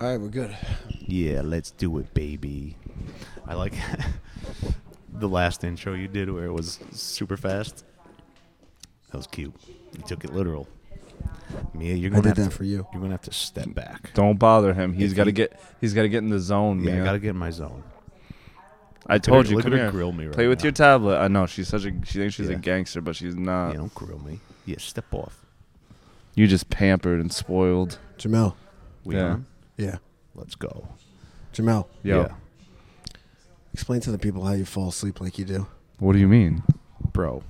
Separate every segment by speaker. Speaker 1: All right, we're good.
Speaker 2: Yeah, let's do it, baby. I like the last intro you did where it was super fast. That was cute. You took it literal. Mia,
Speaker 1: I
Speaker 2: you're gonna
Speaker 1: did
Speaker 2: have
Speaker 1: that
Speaker 2: to,
Speaker 1: for you.
Speaker 2: You're gonna have to step back.
Speaker 3: Don't bother him. He's
Speaker 2: If
Speaker 3: got to
Speaker 2: he-
Speaker 3: get. He's got to get in the zone,
Speaker 2: yeah,
Speaker 3: man.
Speaker 2: I gotta get in my zone.
Speaker 3: I told
Speaker 2: her-
Speaker 3: you.
Speaker 2: look at
Speaker 3: Come
Speaker 2: her
Speaker 3: here.
Speaker 2: grill me right
Speaker 3: Play with
Speaker 2: now.
Speaker 3: your tablet. I know she's such a. She thinks she's
Speaker 2: Yeah.
Speaker 3: a gangster, but she's not.
Speaker 2: yeah, don't grill me. Yeah, step off.
Speaker 3: You just pampered and spoiled.
Speaker 1: Jamel.
Speaker 2: We
Speaker 3: Yeah.
Speaker 2: on?
Speaker 1: Yeah.
Speaker 2: Let's go.
Speaker 1: Jamel,
Speaker 3: Yo,
Speaker 2: Yeah.
Speaker 1: explain to the people how you fall asleep like you do.
Speaker 3: what do you mean?
Speaker 2: Bro.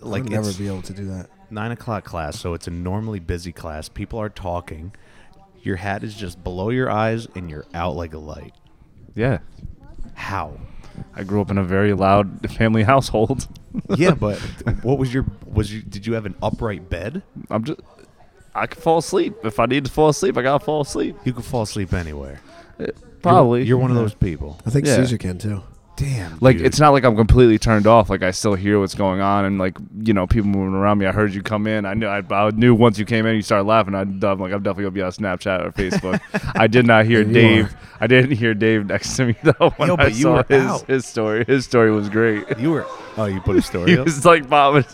Speaker 2: Like
Speaker 1: I'd never
Speaker 2: it's
Speaker 1: be able to do that.
Speaker 2: nine o'clock class, so it's a normally busy class. People are talking. Your hat is just below your eyes and you're out like a light.
Speaker 3: Yeah,
Speaker 2: How?
Speaker 3: I grew up in a very loud family household.
Speaker 2: yeah, but what was your was you did you have an upright bed?
Speaker 3: I'm just. I could fall asleep if I need to fall asleep. I gotta fall asleep.
Speaker 2: You could fall asleep anywhere.
Speaker 3: Probably.
Speaker 2: You're, one of those people.
Speaker 1: I think
Speaker 3: Yeah.
Speaker 1: Caesar can too.
Speaker 2: Damn.
Speaker 3: Like
Speaker 2: dude.
Speaker 3: it's not like I'm completely turned off. Like I still hear what's going on, and like you know people moving around me. I heard you come in. I knew I, I knew once you came in, you started laughing. I'm dumb. Like I'm definitely gonna be on Snapchat or Facebook. I did not hear
Speaker 1: And you
Speaker 3: Dave.
Speaker 1: are.
Speaker 3: I didn't hear Dave next to me though. When
Speaker 2: Yo,
Speaker 3: I
Speaker 2: but you
Speaker 3: saw
Speaker 2: were
Speaker 3: his
Speaker 2: out.
Speaker 3: his story. His story was great.
Speaker 2: you were Oh, you put a story
Speaker 3: He
Speaker 2: up.
Speaker 3: was like bobbing.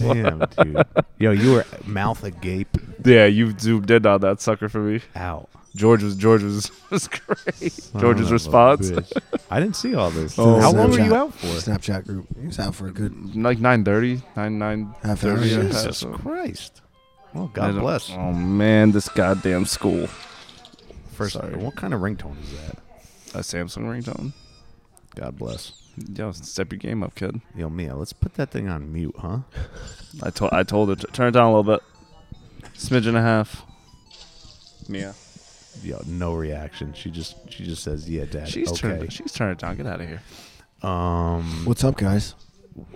Speaker 2: Damn, dude. Yo, you were mouth agape
Speaker 3: yeah, you zoomed in on that sucker for me.
Speaker 2: out.
Speaker 3: George was George was, was great.
Speaker 2: Son of
Speaker 3: George's
Speaker 2: a
Speaker 3: response
Speaker 2: bitch. I didn't see all this.
Speaker 3: Oh.
Speaker 2: How long were you
Speaker 1: Snapchat-
Speaker 2: out for?
Speaker 1: Snapchat group. He was out for a good
Speaker 3: like 9:30, 9 9
Speaker 1: half hour.
Speaker 3: Thirty.
Speaker 1: yeah.
Speaker 2: Jesus
Speaker 3: Yeah.
Speaker 2: Christ. Well,
Speaker 3: I
Speaker 2: God
Speaker 3: don't-
Speaker 2: bless.
Speaker 3: Oh man, this goddamn school.
Speaker 2: First,
Speaker 3: Sorry.
Speaker 2: what kind of ringtone is that?
Speaker 3: A Samsung ringtone.
Speaker 2: God bless.
Speaker 3: Yo, step your game up, kid.
Speaker 2: Yo, Mia, let's put that thing on mute, huh?
Speaker 3: I told I told her to turn it down a little bit. Smidge and a half. Yeah.
Speaker 2: Yo, no reaction. She just she just says, "Yeah, Dad."
Speaker 3: She's
Speaker 2: okay.
Speaker 3: turned she's turned it down. Get out of here.
Speaker 2: Um,
Speaker 1: What's up, guys?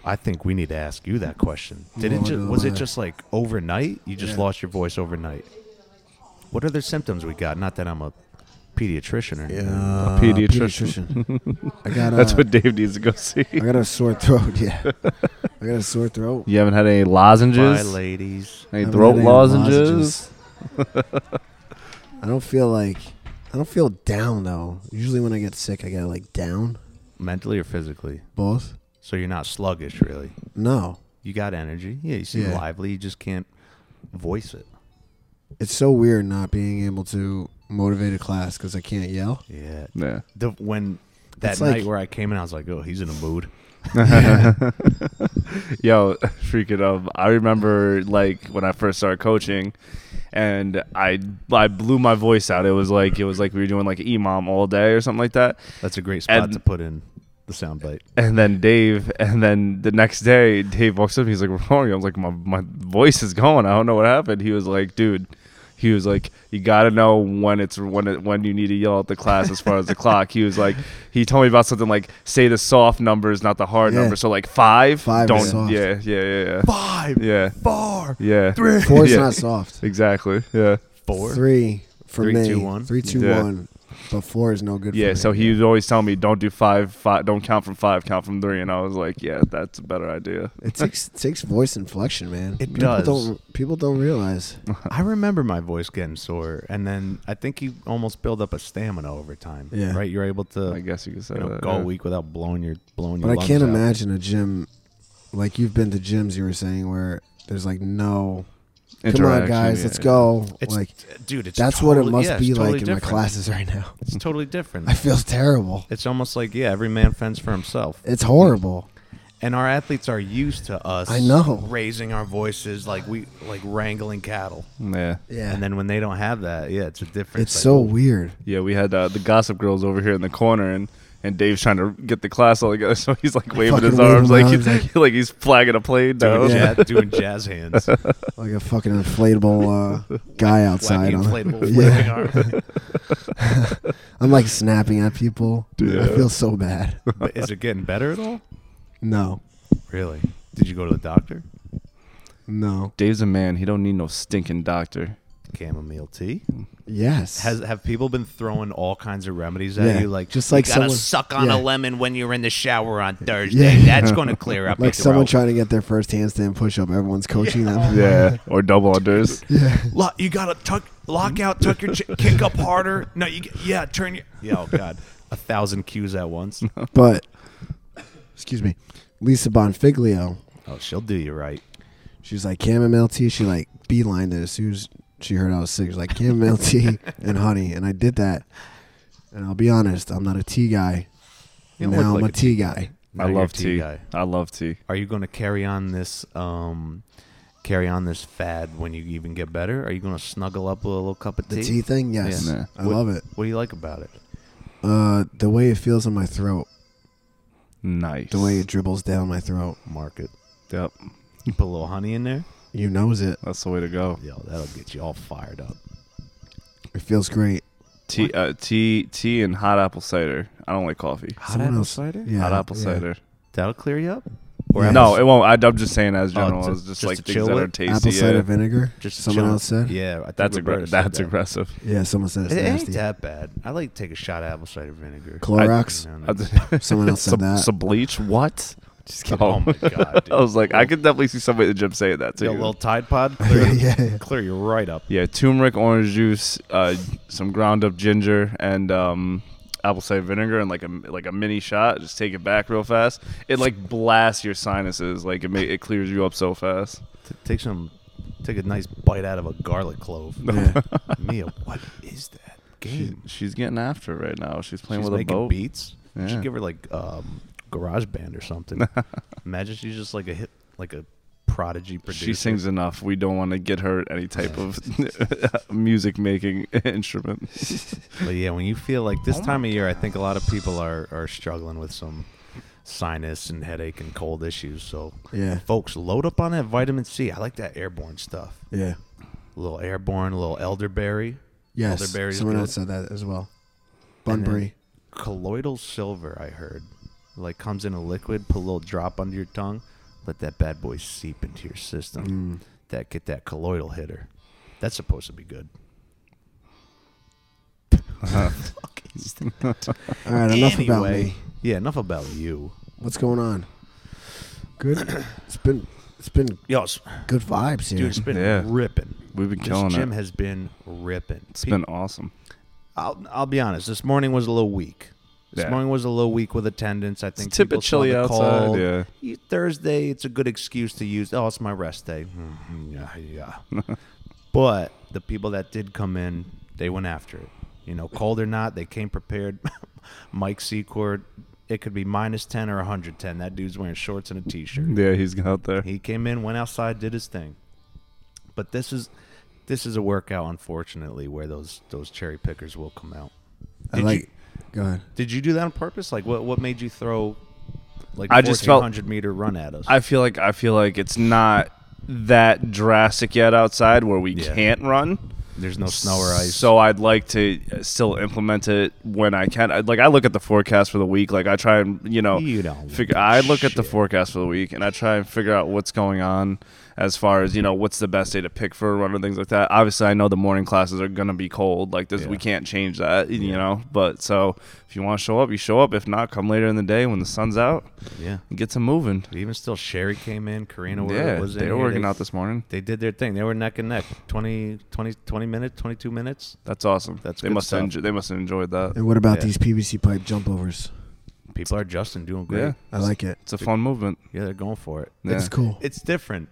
Speaker 2: I think we need to ask you that question.
Speaker 1: No, I
Speaker 2: Didn't ju-
Speaker 1: don't
Speaker 2: was it
Speaker 1: know.
Speaker 2: just like overnight? You just
Speaker 1: Yeah.
Speaker 2: lost your voice overnight. What other symptoms we got? Not that I'm a pediatrician or anything.
Speaker 1: Yeah,
Speaker 3: pediatrician.
Speaker 1: Uh, pediatrician. I got a,
Speaker 3: That's what Dave needs to go see.
Speaker 1: I got a sore throat. Yeah, I got a sore throat.
Speaker 3: You haven't had any
Speaker 2: Bye,
Speaker 3: lozenges?
Speaker 2: ladies.
Speaker 3: Any
Speaker 1: I'm
Speaker 3: throat
Speaker 1: running out of
Speaker 3: lozenges?
Speaker 1: I don't feel like I don't feel down though. Usually when I get sick, I get like down.
Speaker 2: Mentally or physically?
Speaker 1: Both.
Speaker 2: So you're not sluggish, really.
Speaker 1: No,
Speaker 2: You got energy. Yeah, you seem
Speaker 1: Yeah.
Speaker 2: lively. You just can't voice it.
Speaker 1: it's so weird not being able to motivate a class because I can't yell.
Speaker 2: Yeah.
Speaker 3: Yeah.
Speaker 2: The, when that
Speaker 1: It's
Speaker 2: night
Speaker 1: like-
Speaker 2: where I came in, I was like, "Oh, he's in a mood."
Speaker 3: Yo, freaking um, I remember like when I first started coaching, and I I blew my voice out. It was like it was like we were doing like Imam all day or something like that.
Speaker 2: That's a great spot
Speaker 3: And-
Speaker 2: to put in the soundbite.
Speaker 3: And then Dave, and then the next day, Dave walks up. and He's like, "What's wrong?" I was like, "My my voice is going. I don't know what happened." He was like, "Dude." He was like, you gotta know when it's when it, when you need to yell at the class as far as the clock. He was like, he told me about something like say the soft numbers, not the hard
Speaker 1: Yeah.
Speaker 3: numbers. So like five,
Speaker 1: Five is
Speaker 3: don't
Speaker 1: soft.
Speaker 3: yeah yeah yeah
Speaker 2: Five,
Speaker 3: yeah yeah
Speaker 2: four,
Speaker 3: yeah.
Speaker 1: Four's
Speaker 3: Yeah.
Speaker 1: not soft.
Speaker 3: Exactly. Yeah.
Speaker 2: four.
Speaker 1: Three for
Speaker 2: Three,
Speaker 1: me.
Speaker 2: two, one?
Speaker 1: Three, two,
Speaker 3: Yeah.
Speaker 1: one. But four is no good.
Speaker 3: Yeah.
Speaker 1: for
Speaker 3: So
Speaker 1: me.
Speaker 3: he was always telling me, "Don't do five, five. Don't count from five. Count from three. And I was like, "Yeah, that's a better idea."
Speaker 1: it takes it takes voice inflection, man.
Speaker 2: It
Speaker 1: people
Speaker 2: does.
Speaker 1: Don't, people don't realize.
Speaker 2: I remember my voice getting sore, and then I think you almost build up a stamina over time.
Speaker 1: Yeah.
Speaker 2: right. You're able to
Speaker 3: I guess you could say
Speaker 2: you know,
Speaker 3: that.
Speaker 2: go
Speaker 3: uh, yeah.
Speaker 2: a week without blowing your blowing
Speaker 1: But
Speaker 2: your.
Speaker 1: I can't
Speaker 2: lungs out.
Speaker 1: imagine a gym like you've been to gyms. You were saying where there's like no. Come on,
Speaker 3: Interaction,
Speaker 1: guys,
Speaker 3: yeah,
Speaker 1: let's
Speaker 3: yeah.
Speaker 1: go.
Speaker 2: It's,
Speaker 1: like
Speaker 2: dude, it's
Speaker 1: that's what it
Speaker 2: totally-
Speaker 1: must
Speaker 2: yeah, it's
Speaker 1: be
Speaker 2: totally
Speaker 1: like in my
Speaker 2: different. Mm.
Speaker 1: classes right now.
Speaker 2: It's totally different.
Speaker 1: I feel terrible.
Speaker 2: It's almost like yeah, every man fends for himself,
Speaker 1: It's horrible.
Speaker 2: and our athletes are used to us.
Speaker 1: I know.
Speaker 2: raising our voices like we like wrangling cattle,
Speaker 3: Yeah.
Speaker 1: Yeah.
Speaker 2: and then when they don't have that, yeah, it's a different.
Speaker 1: it's so weird.
Speaker 3: Yeah. We had uh, the gossip girls over here in the corner, and and Dave's trying to get the class all together, so he's like waving
Speaker 1: fucking
Speaker 3: his
Speaker 1: waving
Speaker 3: arms,
Speaker 1: my
Speaker 3: like
Speaker 1: arms,
Speaker 3: he's like, he's flagging a plane down.
Speaker 2: doing,
Speaker 1: Yeah.
Speaker 2: jazz, doing jazz hands.
Speaker 1: Like a fucking inflatable uh, guy outside.
Speaker 2: Wacky
Speaker 1: On
Speaker 2: inflatable
Speaker 1: yeah.
Speaker 2: flipping arm.
Speaker 1: I'm like snapping at people. I
Speaker 3: Yeah.
Speaker 1: feel so bad.
Speaker 2: But is it getting better at all?
Speaker 1: No,
Speaker 2: Really? Did you go to the doctor?
Speaker 1: no.
Speaker 3: Dave's a man. He don't need no stinking doctor.
Speaker 2: Chamomile tea.
Speaker 1: Yes.
Speaker 2: Has have people been throwing all kinds of remedies at
Speaker 1: Yeah,
Speaker 2: you? Like
Speaker 1: just like
Speaker 2: you gotta
Speaker 1: someone-
Speaker 2: suck on
Speaker 1: yeah.
Speaker 2: a lemon when you're in the shower on Thursday.
Speaker 1: Yeah.
Speaker 2: That's gonna clear up. your
Speaker 1: like someone
Speaker 2: throat.
Speaker 1: trying to get their first handstand push up. Everyone's coaching them.
Speaker 3: Yeah. or double unders.
Speaker 2: Lo- you gotta tuck Lock out, tuck your chin, kick up harder. No, you get- yeah, turn your yeah. Oh God, a thousand cues at once.
Speaker 1: But excuse me, Lisa Bonfiglio.
Speaker 2: Oh, she'll do you right.
Speaker 1: She's like chamomile tea. She like beelined it as soon as she heard I was sick. She's like chamomile tea and honey, and I did that. And I'll be honest, I'm not a tea guy.
Speaker 2: You
Speaker 1: And
Speaker 2: look
Speaker 1: now I'm
Speaker 2: like
Speaker 1: a
Speaker 2: a
Speaker 1: tea
Speaker 2: tea
Speaker 1: guy.
Speaker 2: Now
Speaker 3: I
Speaker 2: you're a
Speaker 3: love tea.
Speaker 2: guy.
Speaker 3: I love tea.
Speaker 2: Are you going to carry on this? Um, carry on this fad when you even get better. Are you going to snuggle up with a little cup of tea?
Speaker 1: The tea thing, yes,
Speaker 3: Yeah. Nah.
Speaker 1: I
Speaker 2: What-
Speaker 1: love it.
Speaker 2: What do you like about it?
Speaker 1: Uh, the way it feels in my throat,
Speaker 3: Nice.
Speaker 1: the way it dribbles down my throat,
Speaker 2: Mark it.
Speaker 3: Yep.
Speaker 2: You put a little honey in there.
Speaker 1: you knows it.
Speaker 3: That's the way to go.
Speaker 2: Yo, that'll get you all fired up.
Speaker 1: It feels great.
Speaker 3: Tea, uh, tea, tea, and hot apple cider. I don't like coffee.
Speaker 1: Someone else- Yeah,
Speaker 3: hot apple
Speaker 1: yeah.
Speaker 3: cider.
Speaker 2: That'll clear you up.
Speaker 1: Yeah.
Speaker 3: No, it won't. I, I'm just saying as
Speaker 2: Oh,
Speaker 3: general.
Speaker 2: to-
Speaker 3: it's just,
Speaker 2: just
Speaker 3: like
Speaker 2: to
Speaker 3: things
Speaker 2: chill
Speaker 3: that
Speaker 2: with?
Speaker 3: are tasty.
Speaker 1: Apple cider
Speaker 3: yeah.
Speaker 1: vinegar.
Speaker 2: Just to
Speaker 1: someone
Speaker 2: chill.
Speaker 1: else said.
Speaker 2: Yeah, I think
Speaker 3: That's
Speaker 2: Roberta
Speaker 3: aggra-
Speaker 2: said
Speaker 3: That's
Speaker 2: that.
Speaker 3: aggressive.
Speaker 1: Yeah, someone said it's
Speaker 2: It
Speaker 1: nasty.
Speaker 2: ain't that bad. I like to take a shot of apple cider vinegar.
Speaker 1: Clorox.
Speaker 2: No, no.
Speaker 1: Someone else said
Speaker 3: Some,
Speaker 1: that.
Speaker 3: some bleach. What? Just
Speaker 2: kidding. Oh my God, dude.
Speaker 3: I was like, I could definitely see somebody in the gym saying that
Speaker 2: Take a
Speaker 3: too.
Speaker 2: little Tide Pod. Clear,
Speaker 1: yeah, yeah.
Speaker 2: clear you right up.
Speaker 3: Yeah, turmeric, orange juice, uh, some ground up ginger, and um, apple cider vinegar, and like a like a mini shot. Just take it back real fast. It like blasts your sinuses. Like it ma- it clears you up so fast.
Speaker 2: T- take some. Take a nice bite out of a garlic clove.
Speaker 1: Yeah.
Speaker 2: Mia, what is that
Speaker 3: She,
Speaker 2: game?
Speaker 3: she's getting after it right now. She's playing
Speaker 2: she's
Speaker 3: with a
Speaker 2: making
Speaker 3: boat.
Speaker 2: beats. You
Speaker 3: Yeah.
Speaker 2: should give her like um, garage band or something. Imagine she's just like a hit, like a prodigy producer.
Speaker 3: She sings enough. We don't want to get her any type
Speaker 2: Yeah.
Speaker 3: of music making instrument.
Speaker 2: But yeah, when you feel like this
Speaker 3: Oh my
Speaker 2: time of year, I think a lot of people are, are struggling with some sinus and headache and cold issues. So,
Speaker 1: Yeah.
Speaker 2: folks, load up on that vitamin C. I like that airborne stuff.
Speaker 1: Yeah.
Speaker 2: A little airborne, a little elderberry.
Speaker 1: Yes.
Speaker 2: Elderberry's
Speaker 1: Someone
Speaker 2: good.
Speaker 1: else said that as well.
Speaker 2: And then
Speaker 1: Bunbury.
Speaker 2: Colloidal silver, I heard. Like, comes in a liquid, put a little drop under your tongue, let that bad boy seep into your
Speaker 3: Mm.
Speaker 2: system.
Speaker 1: Mm.
Speaker 2: That Get that colloidal hitter. That's supposed to be good.
Speaker 3: Uh-huh.
Speaker 2: Fuck is that?
Speaker 1: All right, enough about
Speaker 2: Anyway,
Speaker 1: me.
Speaker 2: Yeah, enough about you.
Speaker 1: What's going on? Good. It's been it's been
Speaker 2: Yo,
Speaker 1: good vibes here.
Speaker 2: dude, it's been
Speaker 3: Yeah.
Speaker 2: ripping.
Speaker 3: We've been
Speaker 2: This
Speaker 3: killing
Speaker 2: gym
Speaker 3: it.
Speaker 2: has been ripping.
Speaker 3: It's been awesome.
Speaker 2: I'll, I'll be honest. This morning was a little weak. This
Speaker 3: Yeah.
Speaker 2: morning was a little weak with attendance. I think
Speaker 3: It's a bit
Speaker 2: people saw
Speaker 3: chilly
Speaker 2: the
Speaker 3: outside,
Speaker 2: cold.
Speaker 3: yeah.
Speaker 2: You- Thursday, it's a good excuse to use. Oh, it's my rest day. Mhm, Yeah, yeah. but the people that did come in, they went after it. You know, cold or not, they came prepared. Mike Secord, it could be minus ten or hundred ten. That dude's wearing shorts and a t-shirt.
Speaker 3: Yeah, he's out there.
Speaker 2: He came in, went outside, did his thing. But this is this is a workout, unfortunately, where those those cherry pickers will come out.
Speaker 1: I
Speaker 2: Did
Speaker 1: like
Speaker 2: you
Speaker 1: go ahead.
Speaker 2: did you do that on purpose? Like what what made you throw like
Speaker 3: I
Speaker 2: a
Speaker 3: just felt-
Speaker 2: 1400 meter run at us?
Speaker 3: I feel like I feel like it's not that drastic yet outside where we
Speaker 2: Yeah.
Speaker 3: can't run.
Speaker 2: There's no snow or ice.
Speaker 3: So I'd like to uh, still implement it when I can. I, like I look at the forecast for the week. Like I try and you know
Speaker 2: You don't
Speaker 3: figure. I look at the
Speaker 2: shit.
Speaker 3: forecast for the week and I try and figure out what's going on as far as you know what's the best day to pick for a run and things like that. Obviously, I know the morning classes are gonna be cold. Like this,
Speaker 2: Yeah.
Speaker 3: we can't change that. You know, but so if you want to show up, you show up. If not, come later in the day when the sun's out
Speaker 2: yeah.
Speaker 3: and get to moving.
Speaker 2: But even still, Sherry came in. Karina were-
Speaker 3: Yeah,
Speaker 2: was in.
Speaker 3: they
Speaker 2: here.
Speaker 3: were working out this morning.
Speaker 2: They did their thing. They were neck and neck. 20, 20, 20 minutes, 22 minutes.
Speaker 3: That's awesome.
Speaker 2: That's
Speaker 3: they
Speaker 2: good
Speaker 3: must
Speaker 2: stuff.
Speaker 3: have enjo- they must have enjoyed that.
Speaker 1: And what about
Speaker 2: Yeah.
Speaker 1: these PVC pipe jump overs?
Speaker 2: People are adjusting, doing great.
Speaker 3: Yeah.
Speaker 1: I
Speaker 2: Yeah,
Speaker 1: like it.
Speaker 3: It's a fun movement.
Speaker 2: they're going for it.
Speaker 3: Yeah.
Speaker 1: It's cool.
Speaker 2: It's different.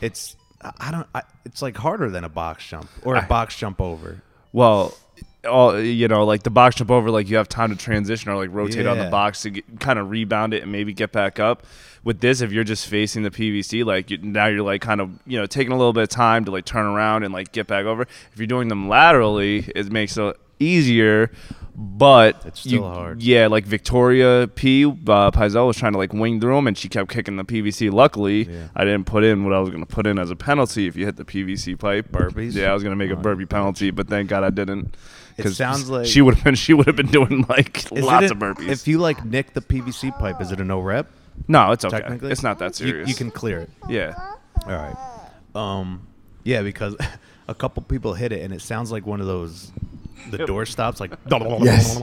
Speaker 2: It's I- I don't. I, it's like harder than a box jump or a box jump over.
Speaker 3: Well, all you know, like the box jump over, like you have time to transition or like rotate on the
Speaker 2: Yeah.
Speaker 3: box to get, kind of rebound it and maybe get back up. With this, if you're just facing the PVC, like you, now you're like kind of you know taking a little bit of time to like turn around and like get back over. If you're doing them laterally, it makes it easier. But
Speaker 2: It's
Speaker 3: you-
Speaker 2: still hard.
Speaker 3: Yeah, like Victoria P. Uh, Pizel was trying to like wing through them, and she kept kicking the PVC. Luckily,
Speaker 2: Yeah.
Speaker 3: I didn't put in what I was going to put in as a penalty if you hit the PVC pipe.
Speaker 2: Burpees? Oh,
Speaker 3: Yeah, I was going to make a burpee penalty, but thank God I didn't.
Speaker 2: It
Speaker 3: 'Cause
Speaker 2: sounds like-
Speaker 3: she would have been she would have been doing like
Speaker 2: Is it
Speaker 3: lots
Speaker 2: a-
Speaker 3: of burpees.
Speaker 2: If you like nick the PVC pipe, is it a no rep?
Speaker 3: no, it's okay.
Speaker 2: Technically,
Speaker 3: It's not that
Speaker 2: You-
Speaker 3: serious.
Speaker 2: You, can clear it.
Speaker 3: yeah.
Speaker 2: All right. Um, yeah, because a couple people hit it, and it sounds like one of those. The door stops like.
Speaker 1: Yes.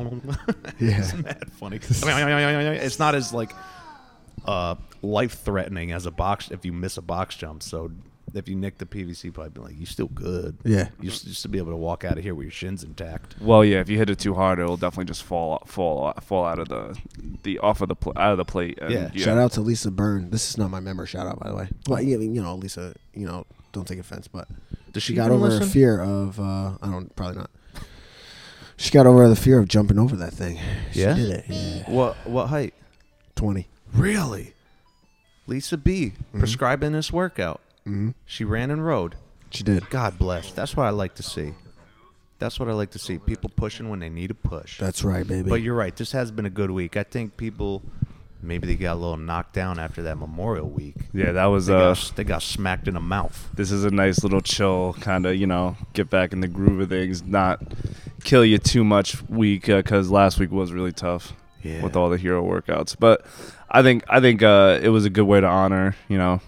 Speaker 1: Yeah.
Speaker 2: it's mad funny. It's not as like uh, life threatening as a box if you miss a box jump. So if you nick the PVC pipe, be like, you still good.
Speaker 1: Yeah.
Speaker 2: You s- you still be able to walk out of here with your shins intact.
Speaker 3: Well, yeah, if you hit it too hard, it'll definitely just fall fall fall out of the the off of the pl- out of the plate. And,
Speaker 2: Yeah.
Speaker 1: Shout out to Lisa Byrne. This is not my member shout out, by the way. Well, you, you know, Lisa, you know, don't take offense, but
Speaker 2: Does
Speaker 1: she
Speaker 2: she
Speaker 1: got
Speaker 2: even
Speaker 1: over her
Speaker 2: listen?
Speaker 1: fear of, uh, I don't, probably not. She got over the fear of jumping over that thing. She
Speaker 2: Yeah?
Speaker 1: did it. Yeah.
Speaker 2: What what height?
Speaker 1: 20.
Speaker 2: Really? Lisa B
Speaker 1: Mm-hmm.
Speaker 2: prescribing this workout.
Speaker 1: Mhm.
Speaker 2: She ran and rode.
Speaker 1: She did.
Speaker 2: God bless. That's what I like to see. That's what I like to see. People pushing when they need a push.
Speaker 1: That's right, baby.
Speaker 2: But you're right. This has been a good week. I think people maybe they got a little knocked down after that Memorial Week.
Speaker 3: Yeah, that was
Speaker 2: They,
Speaker 3: uh.
Speaker 2: got, they got smacked in the mouth.
Speaker 3: This is a nice little chill kind of you know get back in the groove of things, not kill you too much week because last week was really tough
Speaker 2: Yeah.
Speaker 3: with all the hero workouts. But I think I think uh, it was a good way to honor you know.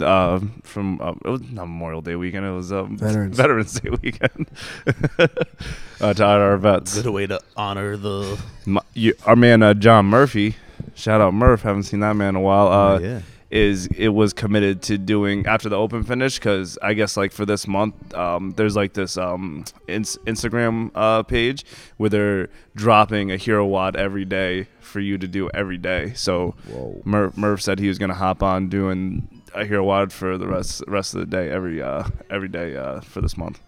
Speaker 3: Uh, from uh, it was not Memorial Day weekend. It was um,
Speaker 1: Veterans.
Speaker 3: Veterans Day weekend. uh, to honor our vets.
Speaker 2: Good way to honor the.
Speaker 3: my, you, our man uh, John Murphy, shout out Murph, haven't seen that man in a while. Uh,
Speaker 2: yeah.
Speaker 3: Is it was committed to doing after the open finish because I guess like for this month, um, there's like this um, ins- Instagram uh, page where they're dropping a hero wad every day for you to do every day. So
Speaker 2: Whoa.
Speaker 3: Murph, Murph said he was gonna hop on doing a hero wad for the rest rest of the day every uh, every day uh, for this month.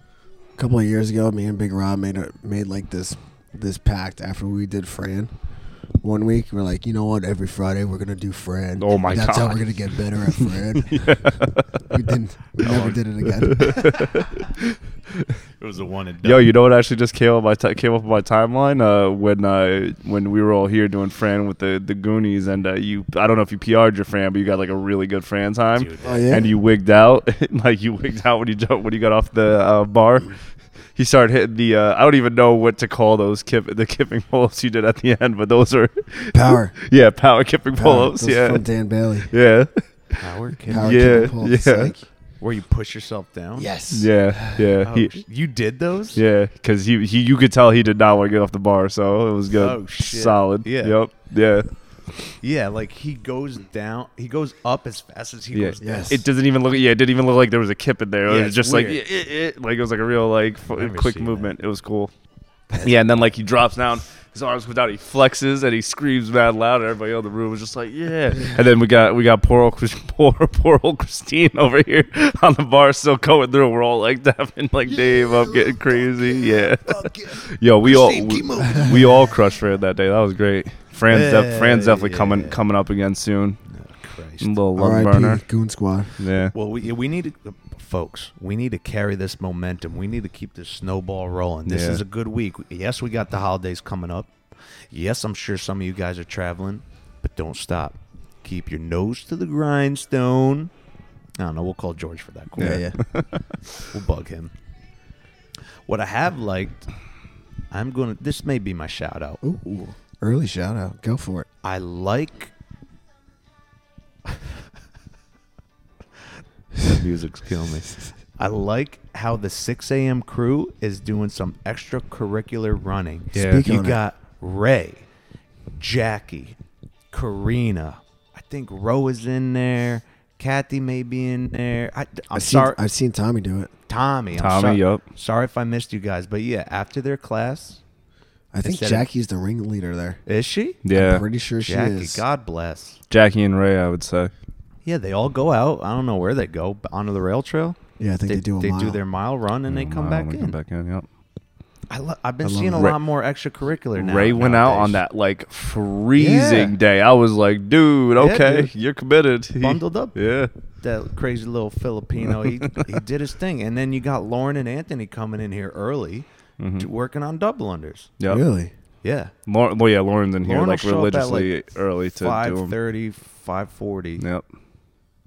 Speaker 1: a couple of years ago, me and Big Rob made a, made like this this pact after we did Fran. One week, we're like, you know what? Every Friday, we're gonna do Fran.
Speaker 3: Oh my
Speaker 1: That's how
Speaker 3: God.
Speaker 1: we're gonna get better at Fran. We didn't. We never did it again.
Speaker 2: It was a one and
Speaker 3: Yo, you know what actually just came up my ti came up my timeline uh, when uh, when we were all here doing Fran with the, the Goonies and uh, you I don't know if you PR'd your Fran but you got like a really good Fran time
Speaker 2: Dude.
Speaker 1: Oh yeah.
Speaker 3: and you wigged out like you wigged out when you jumped, when you got off the uh, bar. He started hitting the uh, I don't even know what to call those kip, the kipping pull-ups you did at the end but those are
Speaker 1: power.
Speaker 3: yeah power kipping
Speaker 1: Power.
Speaker 3: pull-ups
Speaker 1: Those
Speaker 3: yeah
Speaker 1: From Dan Bailey.
Speaker 3: yeah
Speaker 2: power kick.
Speaker 1: Power
Speaker 3: Yeah,
Speaker 1: kick and pull. It's
Speaker 3: yeah.
Speaker 1: like,
Speaker 2: Where you push yourself down.
Speaker 1: Yes.
Speaker 3: yeah yeah
Speaker 2: Oh,
Speaker 3: he,
Speaker 2: you did those?
Speaker 3: Yeah, because he, he you could tell he did not want to get off the bar, so it was good.
Speaker 2: Oh, shit.
Speaker 3: Solid.
Speaker 2: Yeah.
Speaker 3: Yep. Yeah.
Speaker 2: Yeah, like he goes down, he goes up as fast as he
Speaker 3: Yeah.
Speaker 2: goes down.
Speaker 1: Yes.
Speaker 3: It doesn't even look. Yeah, it didn't even look like there was a kip in there. It
Speaker 2: Yeah,
Speaker 3: was
Speaker 2: it's
Speaker 3: just like
Speaker 2: weird.
Speaker 3: yeah, eh, eh, like it was like a real like f-
Speaker 2: never
Speaker 3: quick
Speaker 2: seen
Speaker 3: movement. It was cool. Yeah, and then like he drops down, his arms come down, he flexes and he screams mad loud. And everybody in the room was just like, yeah. And then we got we got poor old Chris- poor poor old Christine over here on the bar still going through. We're all like dapping like Dave up, getting crazy. Yeah. Yo, we all
Speaker 2: Christine,
Speaker 3: we,
Speaker 2: keep moving.
Speaker 3: we all crushed Fran that day. That was great. Fran's def- Fran's
Speaker 2: Yeah,
Speaker 3: definitely coming
Speaker 2: yeah.
Speaker 3: coming up again soon.
Speaker 2: Oh, Christ.
Speaker 3: Little lung burner.
Speaker 1: R.I.P. Goon Squad.
Speaker 3: Yeah.
Speaker 2: Well, we we need to, folks. We need to carry this momentum. We need to keep this snowball rolling. This
Speaker 3: Yeah.
Speaker 2: is a good week. Yes, we got the holidays coming up. Yes, I'm sure some of you guys are traveling, but don't stop. Keep your nose to the grindstone. I don't know. We'll call George for that. Cool.
Speaker 1: Yeah, yeah.
Speaker 2: We'll bug him. What I have liked, I'm gonna. This may be my shout out.
Speaker 1: Ooh, early shout out. Go for it.
Speaker 2: I like. the music's killing me. I like how the 6 a.m. crew is doing some extracurricular running.
Speaker 3: Yeah.
Speaker 1: Speak
Speaker 2: you
Speaker 1: on it.
Speaker 2: got Ray, Jackie, Karina. I think Ro is in there. Kathy may be in there. I, am
Speaker 1: I've
Speaker 2: sorry.
Speaker 1: Seen, I've seen Tommy do it.
Speaker 2: Tommy. I'm
Speaker 3: Tommy,
Speaker 2: sorry.
Speaker 3: yup.
Speaker 2: Sorry if I missed you guys. But yeah, after their class,
Speaker 1: I think
Speaker 2: Instead of-
Speaker 1: Jackie's the ringleader there.
Speaker 2: is she?
Speaker 3: Yeah.
Speaker 1: Pretty sure she
Speaker 2: Jackie,
Speaker 1: is.
Speaker 2: God bless.
Speaker 3: Jackie and Ray, I would say.
Speaker 2: Yeah, they all go out. I don't know where they go, but onto the rail trail.
Speaker 1: Yeah, I think they, do a
Speaker 2: They
Speaker 1: mile.
Speaker 2: do their mile run and they come back in.
Speaker 3: Come back in. Yep.
Speaker 2: I lo- I've been
Speaker 1: I love
Speaker 2: seeing
Speaker 1: it.
Speaker 2: a
Speaker 3: Ray-
Speaker 2: lot more extracurricular now.
Speaker 3: Ray went out on
Speaker 2: nowadays.
Speaker 3: that like freezing day. I was like, dude,
Speaker 2: Yeah,
Speaker 3: okay,
Speaker 2: dude.
Speaker 3: you're committed. He-
Speaker 2: Bundled up.
Speaker 3: Yeah.
Speaker 2: that crazy little Filipino. He he did his thing, and then you got Lauren and Anthony coming in here early,
Speaker 3: Mm-hmm.
Speaker 2: to- working on double unders.
Speaker 3: Yep.
Speaker 1: Really?
Speaker 2: Yeah,
Speaker 3: Lauren, well, yeah, Lauren's in here
Speaker 2: Lauren will
Speaker 3: like
Speaker 2: show up at,
Speaker 3: religiously
Speaker 2: like,
Speaker 3: early to do 'em.
Speaker 2: 530, 540,
Speaker 3: Yep.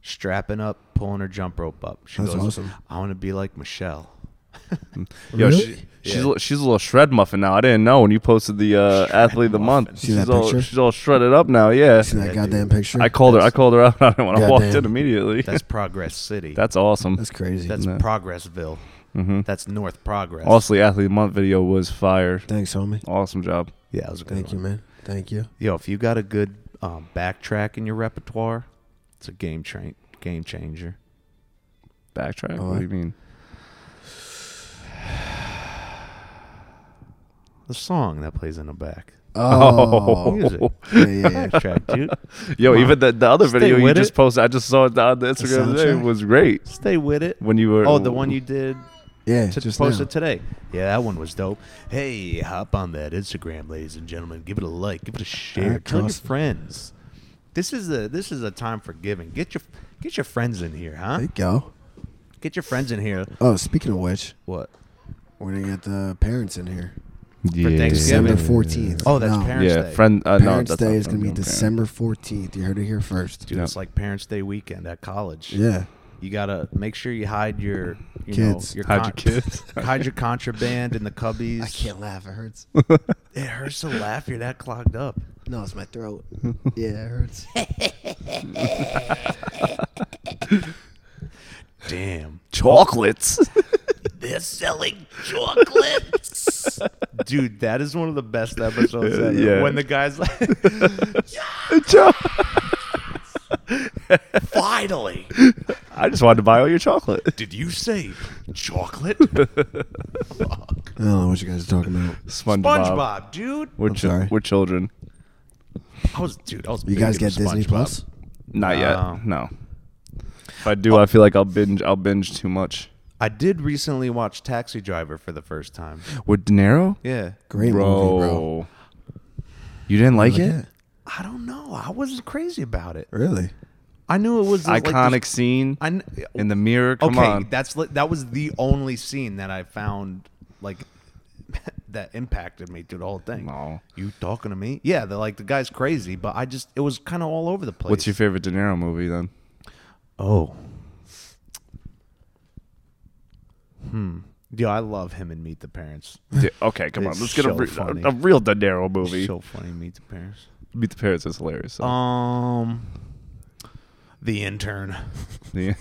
Speaker 2: strapping up, pulling her jump rope up. She
Speaker 1: That's
Speaker 2: goes,
Speaker 1: awesome.
Speaker 2: "I want to be like Michelle."
Speaker 3: Yo,
Speaker 1: Really?
Speaker 3: she, she's
Speaker 2: Yeah.
Speaker 3: a, li- she's a little shred muffin now. I didn't know when you posted the uh, athlete of the month.
Speaker 1: See
Speaker 3: she's
Speaker 1: that
Speaker 3: all
Speaker 1: picture?
Speaker 3: she's all shredded up now. Yeah.
Speaker 1: See that
Speaker 2: Yeah,
Speaker 1: goddamn
Speaker 2: dude.
Speaker 1: picture?
Speaker 3: I called her. I called her out on it when I
Speaker 1: Goddamn.
Speaker 3: walked in immediately.
Speaker 2: That's Progress City.
Speaker 3: That's awesome.
Speaker 1: That's crazy.
Speaker 2: That's
Speaker 3: No.
Speaker 2: Progressville. That's North Progress.
Speaker 3: Honestly, athlete of the month video was fire.
Speaker 1: Thanks, homie.
Speaker 3: Awesome job.
Speaker 2: yeah, that was a good
Speaker 1: Thank
Speaker 2: one.
Speaker 1: you, man. Thank you.
Speaker 2: Yo, if you got a good um, backtrack in your repertoire, it's a game train game changer.
Speaker 3: backtrack.
Speaker 1: Oh,
Speaker 3: what
Speaker 1: I-
Speaker 3: do you mean?
Speaker 2: The song that plays in the back.
Speaker 1: Oh,
Speaker 2: Music.
Speaker 1: yeah, yeah, yeah.
Speaker 2: Backtrack, dude.
Speaker 3: Yo,
Speaker 2: Come on.
Speaker 3: even the, the other
Speaker 2: Stay
Speaker 3: video you
Speaker 2: with
Speaker 3: just
Speaker 2: it.
Speaker 3: posted, I just saw it on the Instagram today.
Speaker 1: soundtrack?
Speaker 3: was great.
Speaker 2: Stay with it.
Speaker 3: When you were
Speaker 2: Oh, the one you did
Speaker 1: yeah
Speaker 2: to
Speaker 1: just
Speaker 2: posted
Speaker 1: now.
Speaker 2: today. Yeah, that one was dope. Hey, hop on that Instagram, ladies and gentlemen. Give it a like. Give it a share.
Speaker 1: Alright,
Speaker 2: Tell your
Speaker 1: Carlson.
Speaker 2: friends. This is a this is a time for giving. Get your get your friends in here, huh?
Speaker 1: There you go.
Speaker 2: Get your friends in here.
Speaker 1: Oh, speaking of which,
Speaker 2: What?
Speaker 1: we're gonna get the parents in here.
Speaker 3: yeah.
Speaker 2: Thanksgiving.
Speaker 1: December fourteenth.
Speaker 2: Oh, that's Parents
Speaker 3: Yeah,
Speaker 2: Day.
Speaker 3: friend. Uh, no,
Speaker 1: Parents
Speaker 3: that's
Speaker 1: Day
Speaker 3: not
Speaker 1: is gonna be
Speaker 3: friend, no,
Speaker 1: December fourteenth. You heard it here first.
Speaker 2: Dude,
Speaker 3: Yep.
Speaker 2: it's like Parents' Day weekend at college.
Speaker 1: Yeah.
Speaker 2: You gotta make sure you hide your you
Speaker 1: Kids.
Speaker 2: Know, your
Speaker 3: Hide your kids.
Speaker 2: hide your contraband in the cubbies.
Speaker 1: I can't laugh. It hurts.
Speaker 2: It hurts to laugh. You're that clogged up.
Speaker 1: No, it's my throat. Yeah, it hurts.
Speaker 2: Damn.
Speaker 3: Chocolates.
Speaker 2: They're selling chocolates. Dude, that is one of the best episodes ever.
Speaker 3: Yeah.
Speaker 2: When the guy's like, finally,
Speaker 3: I just wanted to buy all your chocolate.
Speaker 2: did you say chocolate?
Speaker 1: I don't know what you guys are talking about.
Speaker 3: SpongeBob.
Speaker 2: SpongeBob, dude.
Speaker 3: We're,
Speaker 1: I'm
Speaker 3: chil-
Speaker 1: sorry.
Speaker 3: we're children.
Speaker 2: I was, dude, I was.
Speaker 1: You
Speaker 2: big
Speaker 1: guys
Speaker 2: into
Speaker 1: get Disney
Speaker 2: SpongeBob.
Speaker 1: Plus?
Speaker 3: Not
Speaker 2: No.
Speaker 3: yet. No. If I do, I feel like I'll binge. I'll binge too much.
Speaker 2: I did recently watch Taxi Driver for the first time.
Speaker 3: With De Niro,
Speaker 2: Yeah.
Speaker 1: Great
Speaker 3: bro.
Speaker 1: movie, bro.
Speaker 3: You didn't like
Speaker 1: Like
Speaker 3: it?
Speaker 1: it?
Speaker 2: I don't know. I wasn't crazy about it.
Speaker 1: Really?
Speaker 2: I knew it was this, like, this-
Speaker 3: Iconic scene
Speaker 2: I kn-
Speaker 3: in the mirror. Come
Speaker 2: okay,
Speaker 3: on.
Speaker 2: that's li- that was the only scene that I found like that impacted me through the whole thing.
Speaker 3: No.
Speaker 2: You talking to me? Yeah, they're like the guy's crazy, but I just it was kind of all over the place.
Speaker 3: What's your favorite De Niro movie then?
Speaker 2: oh? Hmm. Yeah, I love him and Meet the Parents.
Speaker 3: Yeah, okay, come
Speaker 2: It's
Speaker 3: on. Let's get a,
Speaker 2: so
Speaker 3: re-
Speaker 2: funny.
Speaker 3: a, a real De Niro movie.
Speaker 2: So funny, Meet the Parents.
Speaker 3: Meet the Parents is hilarious. so.
Speaker 2: Um, the intern.
Speaker 3: Yeah.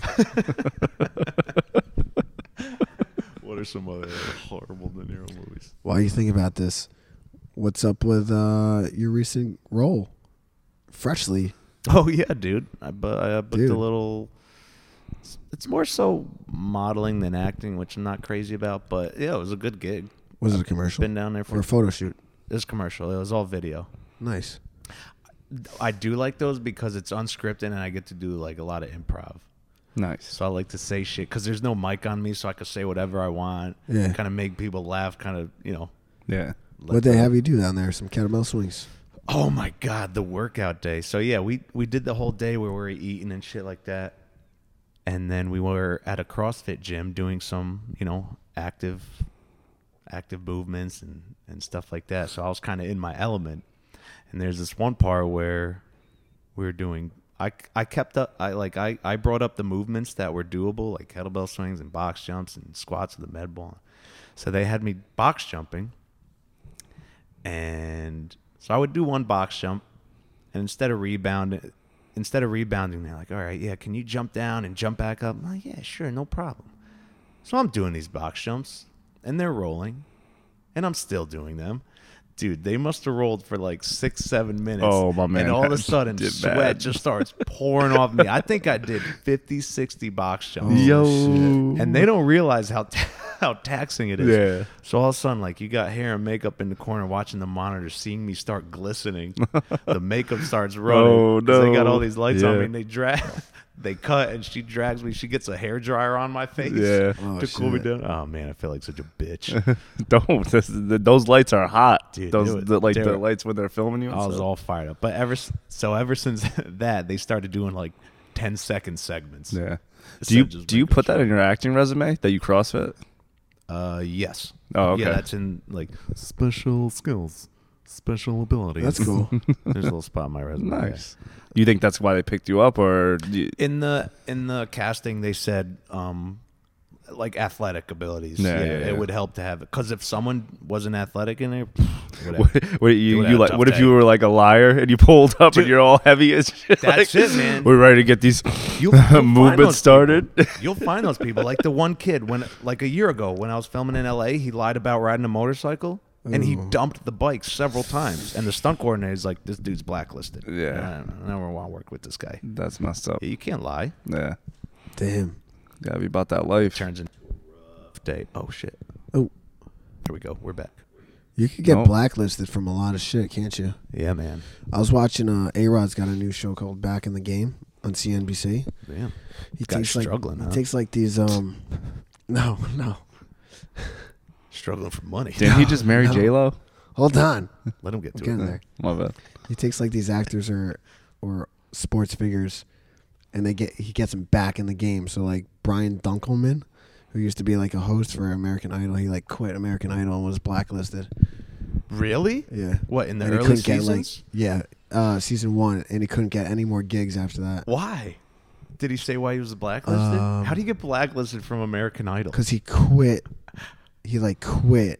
Speaker 2: what are some other horrible De Niro movies?
Speaker 1: While you think about this, what's up with uh, your recent role? Freshly.
Speaker 2: Oh yeah, dude. I bu- I uh, booked
Speaker 1: Dude.
Speaker 2: a little. It's, it's more so modeling than acting, which I'm not crazy about. But yeah, it was a good gig.
Speaker 1: Was it a commercial?
Speaker 2: Been down there
Speaker 1: or
Speaker 2: for
Speaker 1: a photo shoot.
Speaker 2: this commercial. It was all video.
Speaker 1: Nice.
Speaker 2: I do like those because it's unscripted and I get to do like a lot of improv.
Speaker 3: nice.
Speaker 2: So I like to say shit because there's no mic on me, so I can say whatever I want.
Speaker 1: Yeah.
Speaker 2: Kind of make people laugh. Kind of you know.
Speaker 3: Yeah.
Speaker 1: What'd they have you do down there? Some kettlebell swings.
Speaker 2: Oh my god, the workout day. So yeah, we we did the whole day where we were eating and shit like that. And then we were at a CrossFit gym doing some, you know, active active movements and and stuff like that. So I was kind of in my element. And there's this one part where we were doing I, I kept up I like I, I brought up the movements that were doable like kettlebell swings and box jumps and squats with the med ball. So they had me box jumping and so I would do one box jump, and instead of rebound, instead of rebounding, they're like, "All right, yeah, can you jump down and jump back up?" I'm like, "Yeah, sure, no problem." So I'm doing these box jumps, and they're rolling, and I'm still doing them. Dude, they must have rolled for like six, seven minutes.
Speaker 3: Oh, my man,
Speaker 2: And all of
Speaker 3: I
Speaker 2: a sudden,
Speaker 3: did
Speaker 2: sweat
Speaker 3: bad.
Speaker 2: just starts pouring off me. I think I did 50, 60 box jumps
Speaker 3: Yo.
Speaker 2: and they don't realize how how taxing it is.
Speaker 3: Yeah.
Speaker 2: So all of a sudden, like you got hair and makeup in the corner, watching the monitor, seeing me start glistening, the makeup starts running.
Speaker 3: Oh,
Speaker 2: 'cause They got
Speaker 3: no.
Speaker 2: all these lights on
Speaker 3: Yeah.
Speaker 2: me, and they drag, they cut, and she drags me. She gets a hair dryer on my face.
Speaker 3: Yeah.
Speaker 1: Oh,
Speaker 2: to cool me
Speaker 1: shit.
Speaker 2: down. Oh man, I feel like such a bitch.
Speaker 3: Don't. This, the, those lights are hot.
Speaker 2: Dude,
Speaker 3: those
Speaker 2: they were-
Speaker 3: the, like
Speaker 2: they
Speaker 3: the
Speaker 2: were-
Speaker 3: lights when they're filming you. and
Speaker 2: I was
Speaker 3: stuff.
Speaker 2: all fired up. But ever s- so ever since that, they started doing like 10 second segments.
Speaker 3: yeah.
Speaker 2: It's
Speaker 3: Do you
Speaker 2: like just
Speaker 3: do you
Speaker 2: regular
Speaker 3: put that in your acting resume that you CrossFit?
Speaker 2: Uh, yes.
Speaker 3: Oh, okay.
Speaker 2: Yeah, that's in like special skills, special abilities.
Speaker 1: That's cool.
Speaker 2: There's a little spot on my resume. yeah.
Speaker 3: Nice. Do you think that's why they picked you up, or do you,
Speaker 2: In the in the casting, they said um, like athletic abilities.
Speaker 3: Yeah, yeah, yeah.
Speaker 2: it would help to have it because if someone wasn't athletic in there,
Speaker 3: what,
Speaker 2: whatever.
Speaker 3: what you,
Speaker 2: Dude, I had
Speaker 3: you
Speaker 2: a
Speaker 3: like?
Speaker 2: tough
Speaker 3: What if
Speaker 2: day.
Speaker 3: you were like a liar and you pulled up
Speaker 2: Dude,
Speaker 3: and you're all heavy as shit?
Speaker 2: that's
Speaker 3: like,
Speaker 2: it, man.
Speaker 3: We're ready to get these
Speaker 2: You'll- you'll find
Speaker 3: movements
Speaker 2: those people.
Speaker 3: started.
Speaker 2: You'll find those people. Like the one kid when like a year ago when I was filming in LA, he lied about riding a motorcycle and he dumped the bike several times. And the stunt coordinator's like, This dude's blacklisted.
Speaker 3: Yeah.
Speaker 2: I, don't, I never want to work with this guy.
Speaker 3: That's messed up.
Speaker 2: Yeah, you can't lie.
Speaker 3: Yeah.
Speaker 1: Damn.
Speaker 3: Gotta be about that life.
Speaker 2: Turns into a rough day. Oh shit.
Speaker 1: Oh.
Speaker 2: Here we go. We're back.
Speaker 1: You could get
Speaker 3: No.
Speaker 1: blacklisted from a lot of shit, can't you?
Speaker 2: Yeah, man.
Speaker 1: I was watching. Uh, A Rod's got a new show called Back in the Game on CNBC.
Speaker 2: Damn.
Speaker 1: He
Speaker 2: Guy's
Speaker 1: like
Speaker 2: struggling,
Speaker 1: he
Speaker 2: huh?
Speaker 1: takes like these. Um, no, no.
Speaker 2: Struggling for money.
Speaker 3: Didn't he just marry
Speaker 1: No.
Speaker 3: J Lo?
Speaker 1: Hold on,
Speaker 2: Let him get to
Speaker 1: We're getting
Speaker 2: it.
Speaker 1: there.
Speaker 3: Love it.
Speaker 1: He takes like these actors or or sports figures, and they get he gets them back in the game. So like Brian Dunkelman, who used to be like a host for American Idol, he like quit American Idol and was blacklisted.
Speaker 2: Really?
Speaker 1: Yeah.
Speaker 2: What in the
Speaker 1: And he
Speaker 2: early
Speaker 1: couldn't get, like-
Speaker 2: seasons?
Speaker 1: yeah, uh, season one, and he couldn't get any more gigs after that
Speaker 2: Why? Did he say why he was blacklisted?
Speaker 1: Um,
Speaker 2: How do you get blacklisted from American Idol?
Speaker 1: because he quit. He like quit,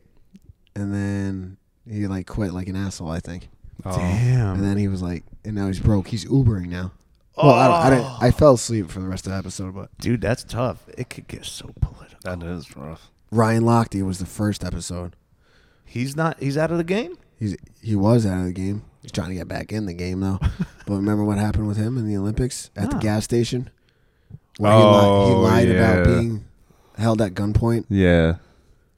Speaker 1: and then he like quit like an asshole, I think.
Speaker 3: Oh.
Speaker 2: Damn.
Speaker 1: And then he was like, and now he's broke. He's Ubering now. Well, I, don't, I, didn't,
Speaker 3: Oh.
Speaker 1: I fell asleep for the rest of the episode, but
Speaker 2: Dude, that's tough. It could get so political.
Speaker 3: That is rough.
Speaker 1: Ryan Lochte was the first episode.
Speaker 2: He's not. He's out of the game.
Speaker 1: He's he was out of the game. He's trying to get back in the game though. but remember what happened with him in the Olympics at the
Speaker 2: Nah.
Speaker 1: gas station, where he, li- he
Speaker 3: Oh,
Speaker 1: lied about
Speaker 3: yeah.
Speaker 1: being held at gunpoint.
Speaker 3: Yeah.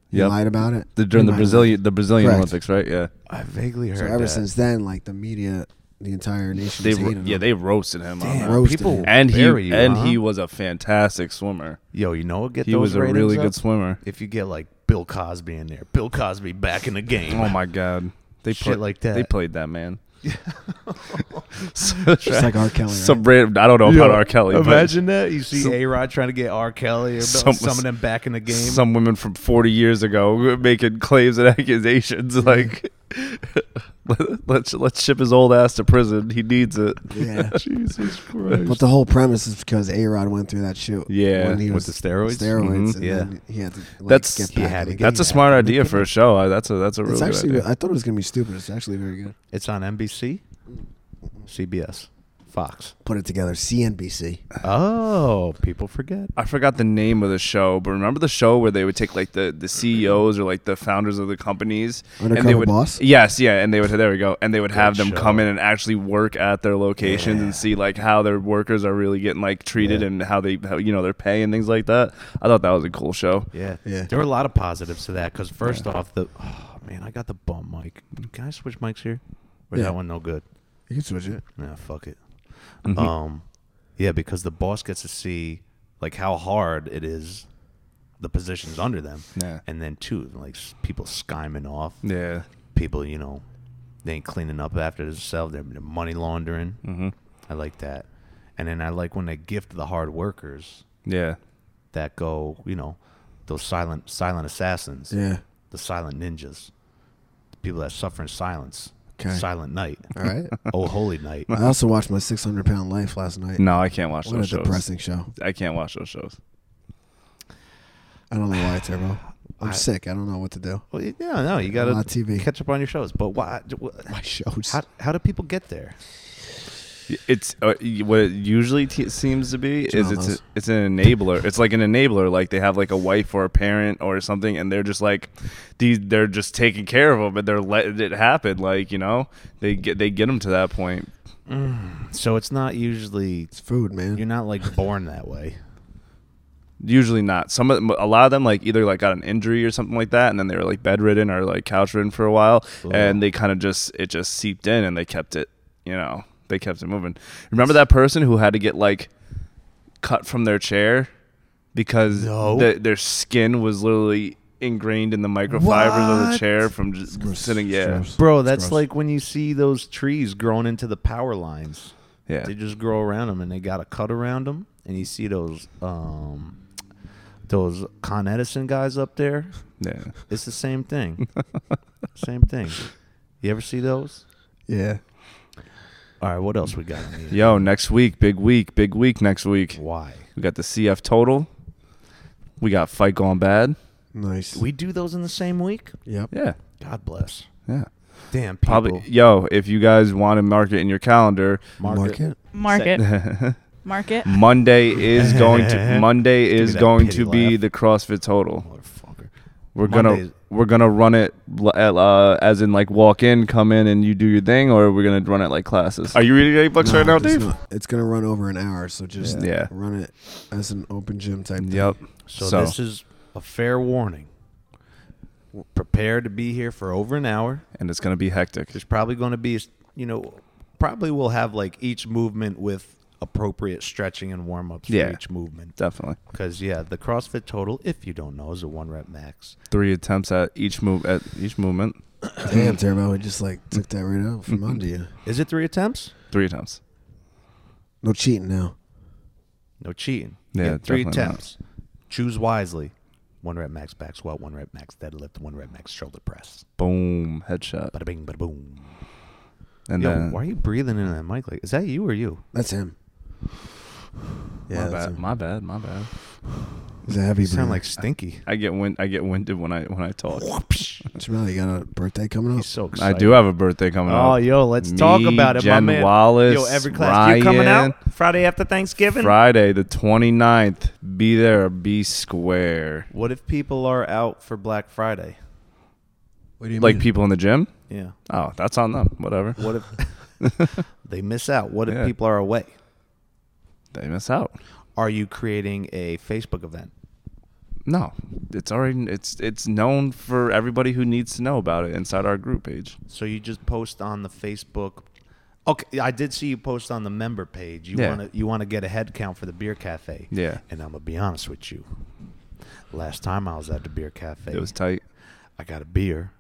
Speaker 1: He
Speaker 3: Yep.
Speaker 1: lied about it
Speaker 3: The, during
Speaker 1: He
Speaker 3: the
Speaker 1: lied
Speaker 3: Brazilian the Brazilian
Speaker 1: Correct.
Speaker 3: Olympics, right? Yeah.
Speaker 2: I vaguely heard.
Speaker 1: about it. So ever
Speaker 2: that.
Speaker 1: since then, like the media, the entire nation,
Speaker 3: They
Speaker 1: has
Speaker 3: ro-
Speaker 1: hated
Speaker 3: yeah
Speaker 1: him.
Speaker 3: they roasted him. on
Speaker 2: Damn,
Speaker 3: that.
Speaker 1: roasted
Speaker 2: people
Speaker 1: him.
Speaker 3: And he
Speaker 2: bury you,
Speaker 3: and
Speaker 2: huh?
Speaker 3: he was a fantastic swimmer.
Speaker 2: Yo, you know what? Get
Speaker 3: He
Speaker 2: those
Speaker 3: was a
Speaker 2: ratings
Speaker 3: really
Speaker 2: up?
Speaker 3: good swimmer.
Speaker 2: If you get like Bill Cosby in there, Bill Cosby back in the game.
Speaker 3: Oh my god. They
Speaker 2: Shit
Speaker 3: put-
Speaker 2: like
Speaker 3: They
Speaker 2: that.
Speaker 3: played that man.
Speaker 1: just like R. Kelly.
Speaker 3: Some
Speaker 1: right?
Speaker 3: random, I don't know
Speaker 2: Yo,
Speaker 3: about R. Kelly. but
Speaker 2: Imagine that. You see
Speaker 3: some-
Speaker 2: A Rod trying to get R. Kelly or some,
Speaker 3: Some-
Speaker 2: some of them back in the game.
Speaker 3: some women from 40 years ago making claims and accusations like let's let's ship his old ass to prison. He needs it.
Speaker 1: Yeah.
Speaker 3: Jesus Christ.
Speaker 1: But the whole premise is because A Rod went through that shoot.
Speaker 3: Yeah,
Speaker 1: when he was
Speaker 2: with the steroids?
Speaker 1: Steroids.
Speaker 3: Mhm.
Speaker 1: and
Speaker 2: Yeah.
Speaker 1: then he had to. Like,
Speaker 3: That's-
Speaker 1: get
Speaker 2: he
Speaker 1: back
Speaker 2: had
Speaker 1: in the
Speaker 2: to get
Speaker 1: game.
Speaker 3: that's a smart idea for a show. I, that's a that's a really
Speaker 1: It's
Speaker 3: good
Speaker 1: actually.
Speaker 3: idea.
Speaker 1: I thought it was gonna be stupid. It's actually very good.
Speaker 2: It's on NBC,
Speaker 1: Mm.
Speaker 2: CBS, Fox.
Speaker 1: Put it together. CNBC.
Speaker 2: Oh, people forget.
Speaker 3: I forgot the name of the show, but remember the show where they would take like the, the CEOs or like the founders of the companies and they
Speaker 1: Undercover
Speaker 3: would
Speaker 1: Boss?
Speaker 3: Yes, yeah, and they would there we go, and they would have them
Speaker 2: show.
Speaker 3: come in and actually work at their locations
Speaker 2: Yeah.
Speaker 3: and see like how their workers are really getting like treated
Speaker 2: Yeah.
Speaker 3: and how they how, you know their pay and things like that. I thought that was a cool show.
Speaker 2: Yeah.
Speaker 1: Yeah.
Speaker 2: There were a lot of positives to that because first off, the oh man, I got the bum mic. Can I switch mics here? Or is
Speaker 1: Yeah.
Speaker 2: that one no good?
Speaker 1: You can switch it.
Speaker 2: Nah, fuck it.
Speaker 1: Mm-hmm.
Speaker 3: Mhm.
Speaker 2: Um, yeah, because the boss gets to see like how hard it is, the positions under them,
Speaker 3: Yeah.
Speaker 2: and then two like s- people skyming off,
Speaker 3: Yeah.
Speaker 2: people you know, they ain't cleaning up after themselves. They're, they're money laundering.
Speaker 3: Mm-hmm.
Speaker 2: I like that, and then I like when they gift the hard workers
Speaker 3: Yeah.
Speaker 2: that go, you know, those silent silent assassins,
Speaker 1: Yeah.
Speaker 2: the silent ninjas, the people that suffer in silence,
Speaker 1: Okay.
Speaker 2: silent night,
Speaker 1: All right.
Speaker 2: oh holy night.
Speaker 1: I also watched my 600 pound life last night.
Speaker 3: No, I can't watch
Speaker 1: What a
Speaker 3: those shows.
Speaker 1: depressing show.
Speaker 3: I can't watch those shows.
Speaker 1: I don't know why, Turbo. I'm
Speaker 2: I-
Speaker 1: sick. I don't know what to do.
Speaker 2: Well, yeah, no, you
Speaker 1: on
Speaker 2: gotta
Speaker 1: TV.
Speaker 2: catch up on your shows. But why? wh-
Speaker 1: My shows.
Speaker 2: How, how do people get there?
Speaker 3: It's uh, y- what it usually t- seems to be is it's
Speaker 1: Dramas.
Speaker 3: a, it's an enabler. It's like an enabler. Like they have like a wife or a parent or something, and they're just like these. They're just taking care of them, and they're letting it happen. Like you know, they get they get them to that point.
Speaker 2: So it's not usually
Speaker 1: It's food, man.
Speaker 2: you're not like born that way.
Speaker 3: Usually not. Some of them, a lot of them like either like got an injury or something like that, and then they were like bedridden or like couch ridden for a while,
Speaker 2: Ooh.
Speaker 3: and they kind of just it just seeped in, and they kept it. You know, they kept it moving. Remember that person who had to get like cut from their chair because
Speaker 2: No.
Speaker 3: the, their skin was literally ingrained in the microfibers of the
Speaker 2: What?
Speaker 3: chair from just
Speaker 1: gross.
Speaker 3: sitting.
Speaker 1: It's
Speaker 3: Yeah,
Speaker 1: gross.
Speaker 2: Bro,
Speaker 1: It's
Speaker 2: that's
Speaker 1: gross.
Speaker 2: like when you see those trees growing into the power lines.
Speaker 3: yeah.
Speaker 2: They just grow around them and they got a cut around them and you see those um those Con Edison guys up there.
Speaker 3: yeah.
Speaker 2: It's the same thing. same thing. You ever see those?
Speaker 1: Yeah.
Speaker 2: All right, what else we got? On here?
Speaker 3: Yo, next week, big week, big week next week.
Speaker 2: Why?
Speaker 3: We got the CF total. We got fight gone bad.
Speaker 1: Nice.
Speaker 2: We do those in the same week?
Speaker 1: yep.
Speaker 3: Yeah,
Speaker 2: God bless.
Speaker 3: yeah.
Speaker 2: Damn people.
Speaker 3: Probably, yo, if you guys want to mark it in your calendar,
Speaker 2: Mark it.
Speaker 1: Market.
Speaker 4: Market. Market.
Speaker 3: Monday is going to Monday
Speaker 2: Give me
Speaker 3: is
Speaker 2: that
Speaker 3: going
Speaker 2: pity
Speaker 3: to be
Speaker 2: laugh.
Speaker 3: the CrossFit total.
Speaker 2: Motherfucker.
Speaker 3: We're
Speaker 2: Monday,
Speaker 3: gonna we're gonna run it l- uh, as in like walk in, come in, and you do your thing, or we're gonna run it like classes?
Speaker 2: Are you reading any books
Speaker 1: No,
Speaker 2: Oh, right now,
Speaker 1: it's
Speaker 2: Dave?
Speaker 1: not. It's gonna run over an hour, so just
Speaker 3: Yeah. Yeah.
Speaker 1: run it as an open gym type. thing.
Speaker 3: Yep.
Speaker 2: So,
Speaker 3: So-
Speaker 2: this is a fair warning. W- Prepare to be here for over an hour.
Speaker 3: And it's gonna be hectic.
Speaker 2: There's probably going to be, you know, probably we'll have like each movement with appropriate stretching and warm ups
Speaker 3: Yeah.
Speaker 2: for each movement.
Speaker 3: Definitely.
Speaker 2: Because yeah, the CrossFit total, if you don't know, is a one rep max.
Speaker 3: Three attempts at each move at each movement.
Speaker 1: Damn, Turbo, we just like took that right out from under you.
Speaker 2: Is it three attempts?
Speaker 3: Three attempts.
Speaker 1: No cheating now.
Speaker 2: No cheating.
Speaker 3: Yeah,
Speaker 2: three
Speaker 3: definitely not.
Speaker 2: attempts. Choose wisely. One rep max back squat, one rep max deadlift, one rep max shoulder press.
Speaker 3: Boom. Headshot.
Speaker 2: Bada bing, bada boom.
Speaker 3: And
Speaker 2: Yo,
Speaker 3: then
Speaker 2: why are you breathing in that mic? Like, is that you or you?
Speaker 1: That's him. Yeah,
Speaker 3: my
Speaker 1: that's
Speaker 3: bad.
Speaker 1: him.
Speaker 3: My bad. My bad.
Speaker 1: He's a heavy.
Speaker 2: You sound
Speaker 1: breather.
Speaker 2: like Stinky.
Speaker 3: I get wind. I get winded when I when I talk.
Speaker 2: He's
Speaker 1: Jamel, you got a birthday coming up.
Speaker 2: so excited.
Speaker 3: I do have a birthday coming up.
Speaker 2: Oh, yo, let's
Speaker 3: Me,
Speaker 2: talk about it,
Speaker 3: Jen
Speaker 2: my man.
Speaker 3: Wallace,
Speaker 2: yo, every class. You coming
Speaker 3: Ryan,
Speaker 2: out Friday after Thanksgiving?
Speaker 3: Friday the 29th. Be there. Be square.
Speaker 2: What if people are out for Black Friday?
Speaker 1: What do you
Speaker 3: Like
Speaker 1: mean?
Speaker 3: people in the gym.
Speaker 2: Yeah.
Speaker 3: Oh, that's on them. Whatever.
Speaker 2: Mm. What if they miss out? What if
Speaker 3: Yeah.
Speaker 2: people are away?
Speaker 3: They miss out.
Speaker 2: Are you creating a Facebook event?
Speaker 3: No, it's already it's it's known for everybody who needs to know about it inside our group page.
Speaker 2: So you just post on the Facebook. Okay, I did see you post on the member page. You
Speaker 3: Yeah.
Speaker 2: want to you want to get a head count for the beer cafe.
Speaker 3: Yeah.
Speaker 2: And I'm gonna be honest with you. Last time I was at the beer cafe,
Speaker 3: It was tight.
Speaker 2: I got a beer.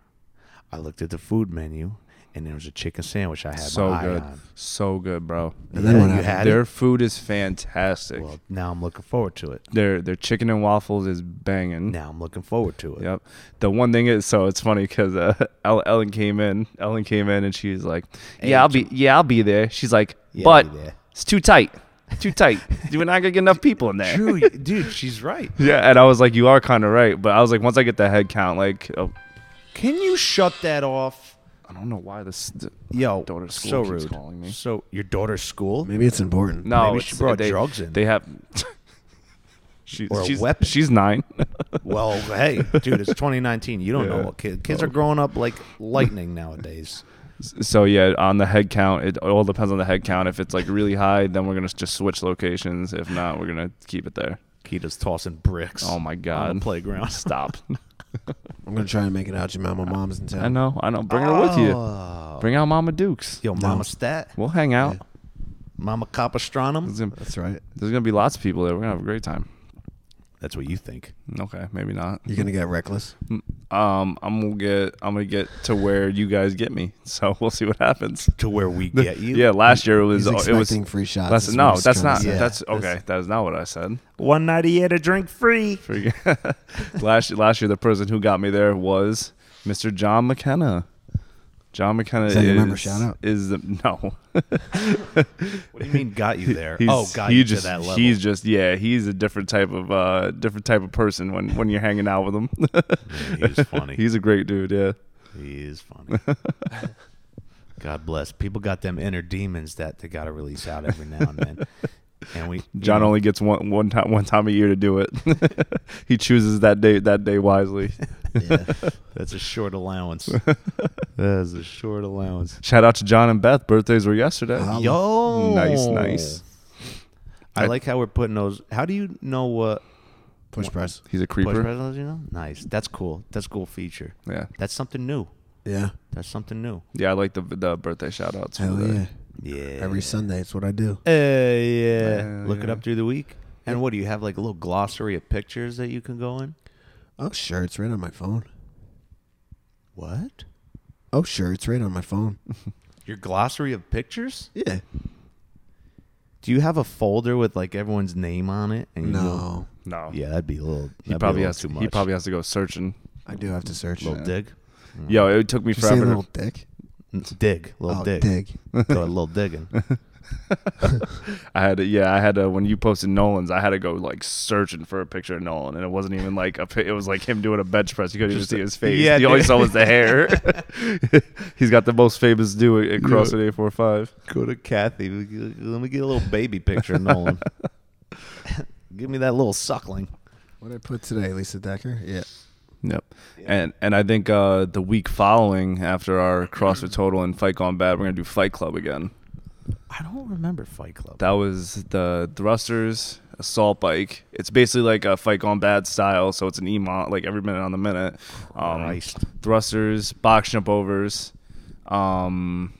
Speaker 2: I looked at the food menu, and there was a chicken sandwich I had
Speaker 3: So
Speaker 2: my
Speaker 3: good,
Speaker 2: eye on.
Speaker 3: so good, bro.
Speaker 1: And then
Speaker 2: Yeah,
Speaker 1: what
Speaker 2: you
Speaker 1: happened?
Speaker 2: had
Speaker 3: Their
Speaker 2: it?
Speaker 3: food is fantastic.
Speaker 2: Well, now I'm looking forward to it.
Speaker 3: their their chicken and waffles is banging.
Speaker 2: Now I'm looking forward to it.
Speaker 3: Yep. The one thing is, so it's funny because uh, El- Ellen came in. Ellen came in and she's like,
Speaker 2: Hey,
Speaker 3: "Yeah, I'll be. Yeah, I'll be there." She's like,
Speaker 2: Yeah,
Speaker 3: "But
Speaker 2: I'll be there."
Speaker 3: it's too tight. Too tight. We're not gonna get enough people in there."
Speaker 2: True, y- dude, she's right.
Speaker 3: Yeah, and I was like, "You are kind of right," but I was like, "Once I get the head count, like, oh,
Speaker 2: Can you shut that off?
Speaker 3: I don't know why this." th-
Speaker 2: Yo,
Speaker 3: daughter's
Speaker 2: so
Speaker 3: school
Speaker 2: rude.
Speaker 3: keeps calling me.
Speaker 2: So your daughter's school?
Speaker 1: Maybe it's important.
Speaker 3: no,
Speaker 2: Maybe
Speaker 3: it's-
Speaker 2: she brought
Speaker 3: they,
Speaker 2: drugs in.
Speaker 3: They have. she's,
Speaker 2: Or a
Speaker 3: she's,
Speaker 2: weapon.
Speaker 3: She's nine.
Speaker 2: Well, hey, dude, it's 2019. You don't know
Speaker 3: Yeah.
Speaker 2: what kids kids are growing up like lightning nowadays.
Speaker 3: so yeah, on the head count, it all depends on the head count. If it's like really high, then we're gonna just switch locations. If not, we're gonna keep it there.
Speaker 2: Kita's tossing bricks.
Speaker 3: Oh my god!
Speaker 2: the playground.
Speaker 3: Stop.
Speaker 1: I'm gonna try and make it out, Jamel. My mom's in town.
Speaker 3: I know. I know. Bring her with you.
Speaker 2: Oh.
Speaker 3: Bring out Mama Dukes.
Speaker 2: Yo, Mama Stat,
Speaker 3: We'll hang out.
Speaker 1: Yeah.
Speaker 2: Mama Cop
Speaker 3: There's,
Speaker 2: Astronom.
Speaker 3: gonna,
Speaker 1: That's right.
Speaker 3: there's gonna be lots of people there. We're gonna have a great time.
Speaker 2: That's what you think.
Speaker 3: Okay, maybe not.
Speaker 1: You're gonna get reckless.
Speaker 3: Um, I'm gonna get. I'm gonna get to where you guys get me. So we'll see what happens.
Speaker 2: To where we get you.
Speaker 3: yeah, last year it was.
Speaker 1: He's
Speaker 3: it was
Speaker 1: expecting free shots.
Speaker 3: That's,
Speaker 1: is what
Speaker 3: no,
Speaker 1: he's
Speaker 3: that's
Speaker 1: trying
Speaker 3: not.
Speaker 1: to say.
Speaker 2: Yeah.
Speaker 3: That's
Speaker 2: That's-
Speaker 3: okay. That is not what I said.
Speaker 2: One night he had a drink free.
Speaker 3: Freak- last last year, the person who got me there was Mr. John McKenna. John McKenna
Speaker 1: Is
Speaker 3: is
Speaker 1: that your member shout out?
Speaker 3: is the, no.
Speaker 2: What do you mean got you there?
Speaker 3: He's-
Speaker 2: oh, got
Speaker 3: he
Speaker 2: you
Speaker 3: just,
Speaker 2: to that level.
Speaker 3: He's just yeah, he's a different type of uh different type of person when when you're hanging out with him.
Speaker 2: Man, he's funny.
Speaker 3: he's a great dude, yeah.
Speaker 2: He is funny. God bless. People got them inner demons that they got to release out every now and then. And we you
Speaker 3: John
Speaker 2: know,
Speaker 3: only gets one one time one time a year to do it. he chooses that day that day wisely.
Speaker 2: that's a short allowance. that's a short allowance.
Speaker 3: Shout out to John and Beth. Birthdays were yesterday.
Speaker 1: Wow.
Speaker 2: Yo,
Speaker 3: Nice, nice.
Speaker 2: I like how we're putting those. How do you know what
Speaker 1: Push press.
Speaker 3: He's a
Speaker 2: push
Speaker 3: creeper.
Speaker 2: presents? You know, nice. That's cool. That's a cool feature.
Speaker 3: Yeah.
Speaker 2: That's something new.
Speaker 1: Yeah.
Speaker 2: That's something new.
Speaker 3: Yeah, I like the the birthday shout outs.
Speaker 1: Hell yeah.
Speaker 2: Yeah.
Speaker 1: Every Sunday, it's what I do.
Speaker 2: Uh, yeah.
Speaker 3: Hell
Speaker 2: Look it
Speaker 3: yeah.
Speaker 2: up through the week. And what do you have? Like a little glossary of pictures that you can go in.
Speaker 1: Oh sure, it's right on my phone.
Speaker 2: What?
Speaker 1: Oh sure, it's right on my phone.
Speaker 2: Your glossary of pictures?
Speaker 1: Yeah.
Speaker 2: Do you have a folder with like everyone's name on it? And you go-
Speaker 1: No,
Speaker 3: No.
Speaker 2: yeah, that'd be a little.
Speaker 3: He
Speaker 2: that'd
Speaker 3: probably
Speaker 2: be a little
Speaker 3: has
Speaker 2: too
Speaker 3: to,
Speaker 2: much.
Speaker 3: he probably has to go searching.
Speaker 1: I do have to search.
Speaker 2: little dig, Mm.
Speaker 3: Yo, it took me
Speaker 1: Did you say
Speaker 3: forever.
Speaker 1: little
Speaker 3: to,
Speaker 1: dick.
Speaker 2: N- dig, little
Speaker 1: oh,
Speaker 2: dig,
Speaker 1: dig.
Speaker 2: go a little digging.
Speaker 3: I had to, yeah, I had to when you posted Nolan's, I had to go like searching for a picture of Nolan, and it wasn't even like a. pi- It was like him doing a bench press. You couldn't
Speaker 2: Just
Speaker 3: even see
Speaker 2: a-
Speaker 3: his face.
Speaker 2: yeah,
Speaker 3: Yeah, you only
Speaker 2: dude.
Speaker 3: saw was the hair. He's got the most famous do at CrossFit eight four five.
Speaker 2: go to Kathy. we g- Let me get a little baby picture of Nolan. Give me that little suckling.
Speaker 1: What I put today, Lisa Decker. Yeah.
Speaker 3: Yep. And and I think uh, the week following after our CrossFit Total and Fight Gone Bad, we're gonna do Fight Club again.
Speaker 2: I don't remember Fight Club.
Speaker 3: That was the thrusters assault bike. It's basically like a Fight Gone Bad style, so it's an EMOT, like every minute on the minute. Um,
Speaker 2: Christ.
Speaker 3: thrusters, box jump overs. Um,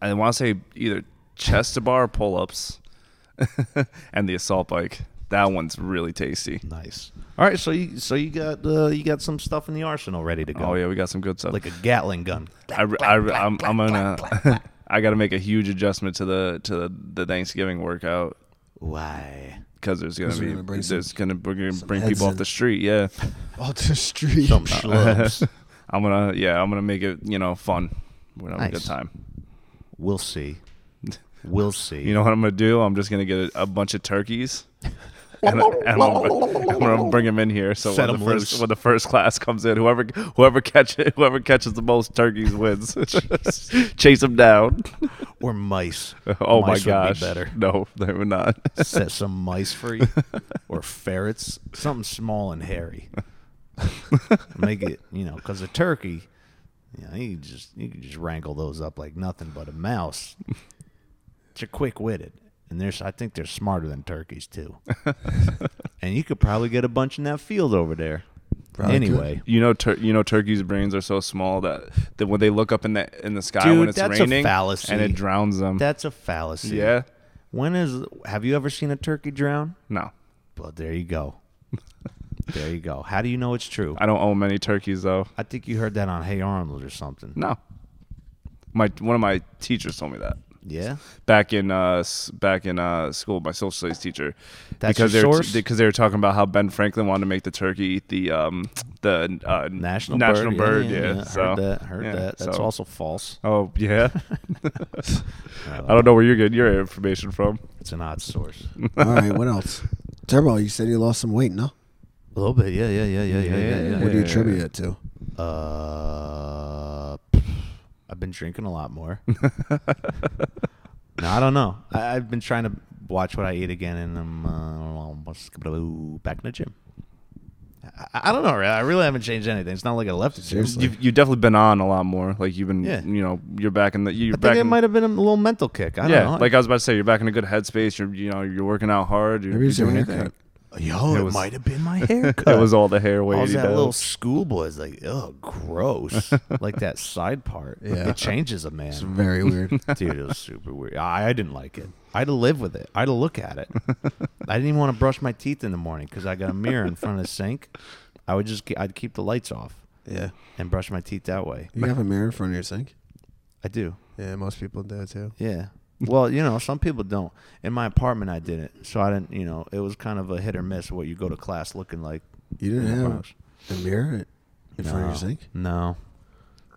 Speaker 3: I want to say either chest to bar pull ups, and the assault bike. That one's really tasty.
Speaker 2: Nice. All right, so you so you got uh, you got some stuff in the arsenal ready to go.
Speaker 3: Oh yeah, we got some good stuff.
Speaker 2: like a Gatling gun.
Speaker 3: I, I, am I'm gonna. I got to make a huge adjustment to the to the, the Thanksgiving workout
Speaker 2: Why?
Speaker 3: because there's gonna
Speaker 1: Because we're
Speaker 3: be
Speaker 1: gonna bring some-
Speaker 3: there's gonna we're gonna bring
Speaker 1: heads
Speaker 3: people off
Speaker 1: in.
Speaker 3: the street. Yeah,
Speaker 1: Off the street.
Speaker 2: Some schlubs.
Speaker 3: I'm gonna yeah I'm gonna make it you know fun. We're gonna have a
Speaker 2: Nice.
Speaker 3: good time.
Speaker 2: we'll see. We'll see.
Speaker 3: You know what I'm gonna do? I'm just gonna get a, a bunch of turkeys. And, and I'm, gonna- I'm gonna bring them in here. So
Speaker 2: Set
Speaker 3: when the
Speaker 2: 'em
Speaker 3: first
Speaker 2: loose.
Speaker 3: when the first class comes in, whoever whoever catches whoever catches the most turkeys wins. Chase them down.
Speaker 2: or mice.
Speaker 3: Oh my
Speaker 2: Mice would be
Speaker 3: gosh!
Speaker 2: better.
Speaker 3: No, they were not.
Speaker 2: Set some mice free, or ferrets, something small and hairy. Make it, you know, because a turkey, you know, you just you can just wrangle those up like nothing but a mouse. They're quick witted, and there's I think they're smarter than turkeys too. and you could probably get a bunch in that field over there.
Speaker 1: Probably could.
Speaker 2: anyway,
Speaker 3: You know, tur- you know, turkeys' brains are so small that, that when they look up in the in the sky
Speaker 2: Dude,
Speaker 3: when it's
Speaker 2: that's a
Speaker 3: raining
Speaker 2: fallacy.
Speaker 3: and it drowns them.
Speaker 2: that's a fallacy.
Speaker 3: yeah,
Speaker 2: When is have you ever seen a turkey drown?
Speaker 3: no,
Speaker 2: Well, there you go. there you go. How do you know it's true?
Speaker 3: I don't own many turkeys though.
Speaker 2: I think you heard that on Hey Arnold or something.
Speaker 3: No, my one of my teachers told me that
Speaker 2: Yeah.
Speaker 3: back in uh s- back in uh school. My social studies teacher
Speaker 2: That's
Speaker 3: because
Speaker 2: your
Speaker 3: they were
Speaker 2: source?
Speaker 3: because they were talking about how Ben Franklin wanted to make the turkey eat the um the uh,
Speaker 2: National,
Speaker 3: national
Speaker 2: bird.
Speaker 3: bird. yeah, so,
Speaker 2: heard that. Heard
Speaker 3: yeah,
Speaker 2: that. That's
Speaker 3: so-
Speaker 2: also false. Uh,
Speaker 3: Oh yeah, I don't know where you're getting your information from.
Speaker 2: It's an odd source.
Speaker 1: All right, what else? Turbo, you said you lost some weight, no?
Speaker 2: A little bit. Yeah. Yeah. Yeah. Yeah. Yeah. Yeah. yeah,
Speaker 1: What do you attribute it to?
Speaker 2: Uh, I've been drinking a lot more. no, I don't know. I, I've been trying to watch what I eat again, and I'm uh, back in the gym. I, I don't know. really. I really haven't changed anything. It's not like I left the gym.
Speaker 1: Seriously.
Speaker 3: You've, you've definitely been on a lot more. Like you've been,
Speaker 2: Yeah.
Speaker 3: you know, you're back in the. You're
Speaker 2: I
Speaker 3: back
Speaker 2: think it
Speaker 3: in,
Speaker 2: might have been a little mental kick. I don't
Speaker 3: yeah,
Speaker 2: know.
Speaker 3: like I was about to say, you're back in a good headspace. You're, you know, you're working out hard. You're,
Speaker 1: Maybe
Speaker 3: you're
Speaker 1: it's your
Speaker 3: doing
Speaker 1: haircut.
Speaker 3: anything.
Speaker 2: yo,
Speaker 3: it
Speaker 2: Oh, it,
Speaker 3: was-
Speaker 2: might have been my haircut.
Speaker 3: It was all the hair
Speaker 2: I
Speaker 3: weight.
Speaker 2: was that little schoolboy. It's like, oh, gross. like that side part.
Speaker 1: Yeah.
Speaker 2: It changes a man.
Speaker 1: It's very weird.
Speaker 2: Dude, it was super weird. I, I didn't like it. I had to live with it. I had to look at it. I didn't even want to brush my teeth in the morning because I got a mirror in front of the sink. I would just ke- I'd keep the lights off
Speaker 1: yeah.
Speaker 2: and brush my teeth that way.
Speaker 1: You have a mirror in front of your sink?
Speaker 2: I do.
Speaker 1: Yeah, most people do too.
Speaker 2: Yeah. Well, you know, some people don't. In my apartment, I didn't, so I didn't. You know, it was kind of a hit or miss what you go to class looking like.
Speaker 1: You didn't
Speaker 2: in the
Speaker 1: have
Speaker 2: Bronx.
Speaker 1: a mirror in front of
Speaker 2: No.
Speaker 1: your sink?
Speaker 2: No.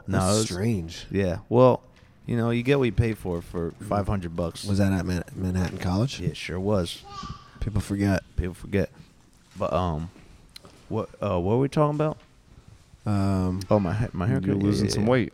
Speaker 2: No.
Speaker 1: That's
Speaker 2: it was-
Speaker 1: strange.
Speaker 2: Yeah. Well, you know, you get what you pay for for five hundred bucks.
Speaker 1: Was that at Man- Manhattan College?
Speaker 2: Yeah, it sure was.
Speaker 1: People forget.
Speaker 2: People forget. But um, what uh, what were we talking about?
Speaker 1: Um,
Speaker 2: Oh, my ha- my haircut.
Speaker 3: You're
Speaker 2: Yeah,
Speaker 3: losing
Speaker 2: yeah,
Speaker 3: some
Speaker 2: yeah.
Speaker 3: weight.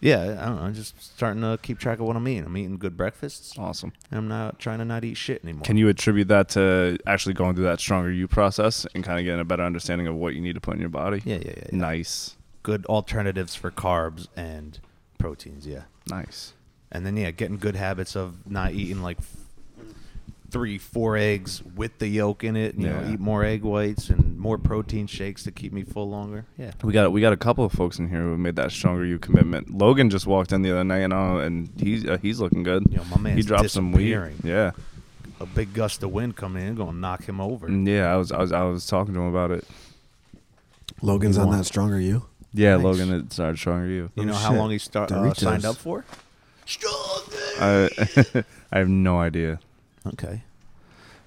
Speaker 2: Yeah, I don't know. I'm just starting to keep track of what I'm eating. I'm eating good breakfasts.
Speaker 3: Awesome.
Speaker 2: And I'm not trying to not eat shit anymore.
Speaker 3: Oh. Can you attribute that to actually going through that stronger you process and kind of getting a better understanding of what you need to put in your body?
Speaker 2: Yeah, yeah, yeah. yeah.
Speaker 3: Nice,
Speaker 2: Good alternatives for carbs and proteins. Yeah.
Speaker 3: nice.
Speaker 2: And then yeah, getting good habits of not eating like f- three, four eggs with the yolk in it. You know,
Speaker 3: Yeah.
Speaker 2: eat more egg whites and more protein shakes to keep me full longer. Yeah.
Speaker 3: We got we got a couple of folks in here who made that stronger you commitment. Logan just walked in the other night and uh, and he's uh, he's looking good.
Speaker 2: Yo, my
Speaker 3: he
Speaker 2: man's
Speaker 3: dropped some weight.
Speaker 2: disappearing.
Speaker 3: Yeah,
Speaker 2: A big gust of wind coming in, gonna knock him over.
Speaker 3: Mm, yeah. I was I was I was talking to him about it.
Speaker 1: Logan's
Speaker 2: You
Speaker 1: on
Speaker 2: want-
Speaker 1: that stronger you.
Speaker 3: Yeah,
Speaker 2: Nice.
Speaker 3: Logan, it started stronger you.
Speaker 2: You
Speaker 1: Oh,
Speaker 2: know how
Speaker 1: shit.
Speaker 2: long he start, uh, signed
Speaker 1: Doritos.
Speaker 2: up for? Stronger.
Speaker 3: I I have no idea.
Speaker 2: Okay.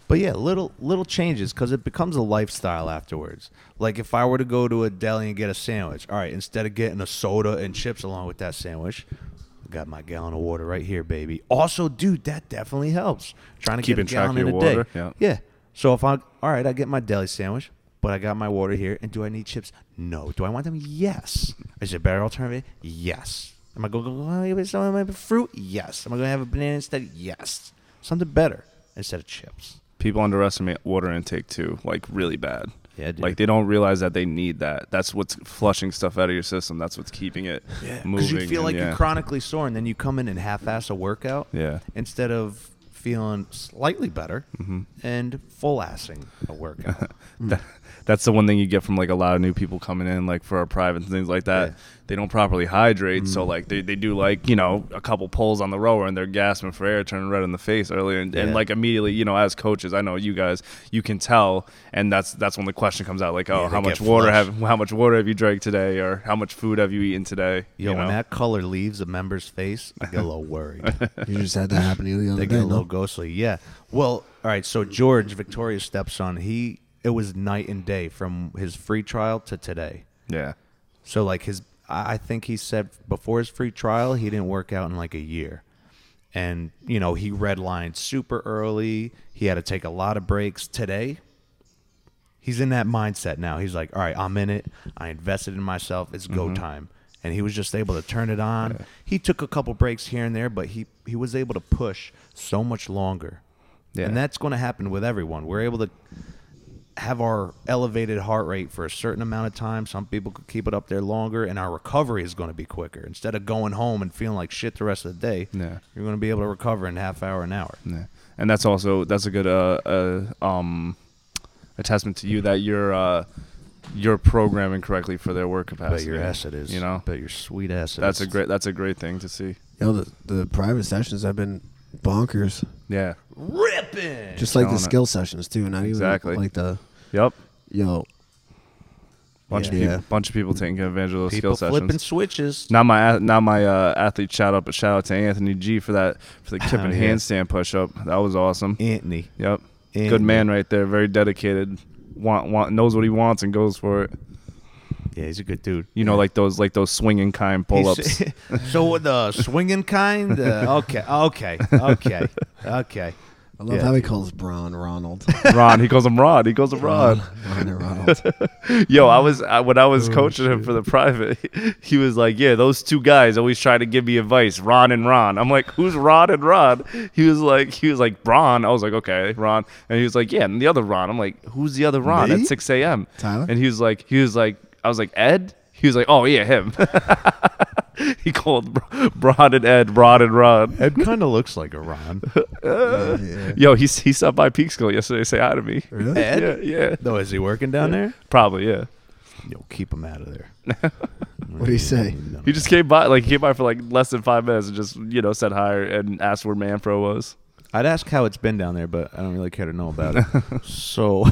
Speaker 2: But yeah, little little changes because it becomes a lifestyle afterwards. Like if I were to go to a deli and get a sandwich, all right, instead of getting a soda and chips along with that sandwich, I got my gallon of water right here, baby. Also, dude, that definitely helps. Trying to
Speaker 3: Keeping
Speaker 2: get a
Speaker 3: track of
Speaker 2: gallon in
Speaker 3: your
Speaker 2: a
Speaker 3: water,
Speaker 2: day.
Speaker 3: yeah.
Speaker 2: yeah. So if I all right, I get my deli sandwich, but I got my water here, and do I need chips? No. Do I want them? Yes. Is it a better alternative? Yes. Am I going to go some of my fruit? Yes. Am I going to have a banana instead? Yes. Something better instead of chips.
Speaker 3: People underestimate water intake too, like really bad.
Speaker 2: Yeah, dude.
Speaker 3: Like they don't realize that they need that. That's what's flushing stuff out of your system. That's what's keeping it moving.
Speaker 2: Because you feel
Speaker 3: and
Speaker 2: like
Speaker 3: yeah.
Speaker 2: you're chronically sore, and then you come in and half-ass a workout
Speaker 3: Yeah.
Speaker 2: instead of feeling slightly better
Speaker 3: Mm-hmm.
Speaker 2: and full-assing a workout.
Speaker 3: That- that's the one thing you get from like a lot of new people coming in, like for our private and things like that.
Speaker 2: Yeah. Mm.
Speaker 3: They don't properly hydrate, so like they, they do like you know a couple pulls on the rower and they're gasping for air, turning red in the face earlier, and, and
Speaker 2: Yeah.
Speaker 3: like immediately you know as coaches, I know you guys, you can tell, and that's that's when the question comes out like, oh,
Speaker 2: Yeah, they
Speaker 3: how much
Speaker 2: get
Speaker 3: water
Speaker 2: flushed.
Speaker 3: have how much water have you drank today, or how much food have you eaten today?
Speaker 2: Yo,
Speaker 3: you
Speaker 2: when
Speaker 3: know?
Speaker 2: that color leaves a member's face, I get a little worried.
Speaker 1: You just had that happen to you the other
Speaker 2: They
Speaker 1: day.
Speaker 2: get a
Speaker 1: No?
Speaker 2: little ghostly. Yeah. Well, all right. So George, Victoria's stepson, he it was night and day from his free trial to today.
Speaker 3: yeah,
Speaker 2: So like his, I I think he said before his free trial he didn't work out in like a year, and you know he redlined super early. He had to take a lot of breaks today. He's in that mindset now. He's like, all right, I'm in it. I invested in myself. It's go time. And he was just able to turn it on. He took a couple breaks here and there, but he he was able to push so much longer.
Speaker 3: Yeah.
Speaker 2: And that's going to happen with everyone. We're able to have our elevated heart rate for a certain amount of time. Some people could keep it up there longer, and our recovery is going to be quicker. Instead of going home and feeling like shit the rest of the day,
Speaker 3: Yeah.
Speaker 2: you're going to be able to recover in half hour, an hour.
Speaker 3: Yeah. And that's also that's a good uh, uh um a testament to you that you're uh you're programming correctly for their work capacity.
Speaker 2: Bet your ass it is.
Speaker 3: You know?
Speaker 2: bet your sweet ass. It
Speaker 3: That's a
Speaker 2: is.
Speaker 3: great that's a great thing to see.
Speaker 1: Yo, the, the private sessions have been bonkers.
Speaker 3: Yeah.
Speaker 2: ripping.
Speaker 1: Just like the
Speaker 3: Killing it.
Speaker 1: skill sessions too. Not even
Speaker 3: Exactly.
Speaker 1: like the
Speaker 3: Yep.
Speaker 1: yo.
Speaker 3: Bunch of
Speaker 1: Yeah.
Speaker 3: people bunch of people taking advantage of those
Speaker 2: people
Speaker 3: skill
Speaker 2: flipping
Speaker 3: sessions.
Speaker 2: switches.
Speaker 3: Not my not my uh, athlete shout out, but shout out to Anthony G for that for the kip and
Speaker 2: yeah.
Speaker 3: handstand push up. That was awesome.
Speaker 2: Anthony,
Speaker 3: Yep. Good
Speaker 2: Anthony.
Speaker 3: man right there. Very dedicated. Want want knows what he wants and goes for it.
Speaker 2: yeah, he's a good dude.
Speaker 3: You know, like those like those swinging kind pull ups.
Speaker 2: He's- so with the swinging kind, uh, okay, okay, okay, okay.
Speaker 1: I love
Speaker 2: Yeah.
Speaker 1: how he calls Braun Ronald.
Speaker 3: Ron. He calls him Rod. He calls him Rod.
Speaker 1: Braun and Ronald.
Speaker 3: Yo, I was I, when I was
Speaker 1: Oh,
Speaker 3: coaching him for the private, he was like, "Yeah, those two guys always try to give me advice, Ron and Ron." I'm like, "Who's Ron and Ron?" He was like, "He was like Ron." I was like, "Okay, Ron," and he was like, "Yeah," and the other Ron. I'm like, "Who's the other Ron?"
Speaker 1: Me?
Speaker 3: At 6 a.m.
Speaker 1: Tyler?
Speaker 3: And he was like, he was like, I was like, Ed. He was like, "Oh yeah, him." he called Br- Ron and Ed, Ron and Ron.
Speaker 2: Ed kind of looks like a Ron.
Speaker 1: Uh, yeah.
Speaker 3: Yo, he he stopped by Peak School yesterday to say hi to me.
Speaker 1: Really?
Speaker 3: Yeah,
Speaker 2: Ed?
Speaker 3: yeah,
Speaker 2: Though, is he working down there?
Speaker 3: probably yeah.
Speaker 2: Yo, keep him out of there.
Speaker 1: What do you say?
Speaker 3: He just came by, like he came by for like less than five minutes and just you know said hi and asked where Manfro was.
Speaker 2: I'd ask how it's been down there, but I don't really care to know about it. so,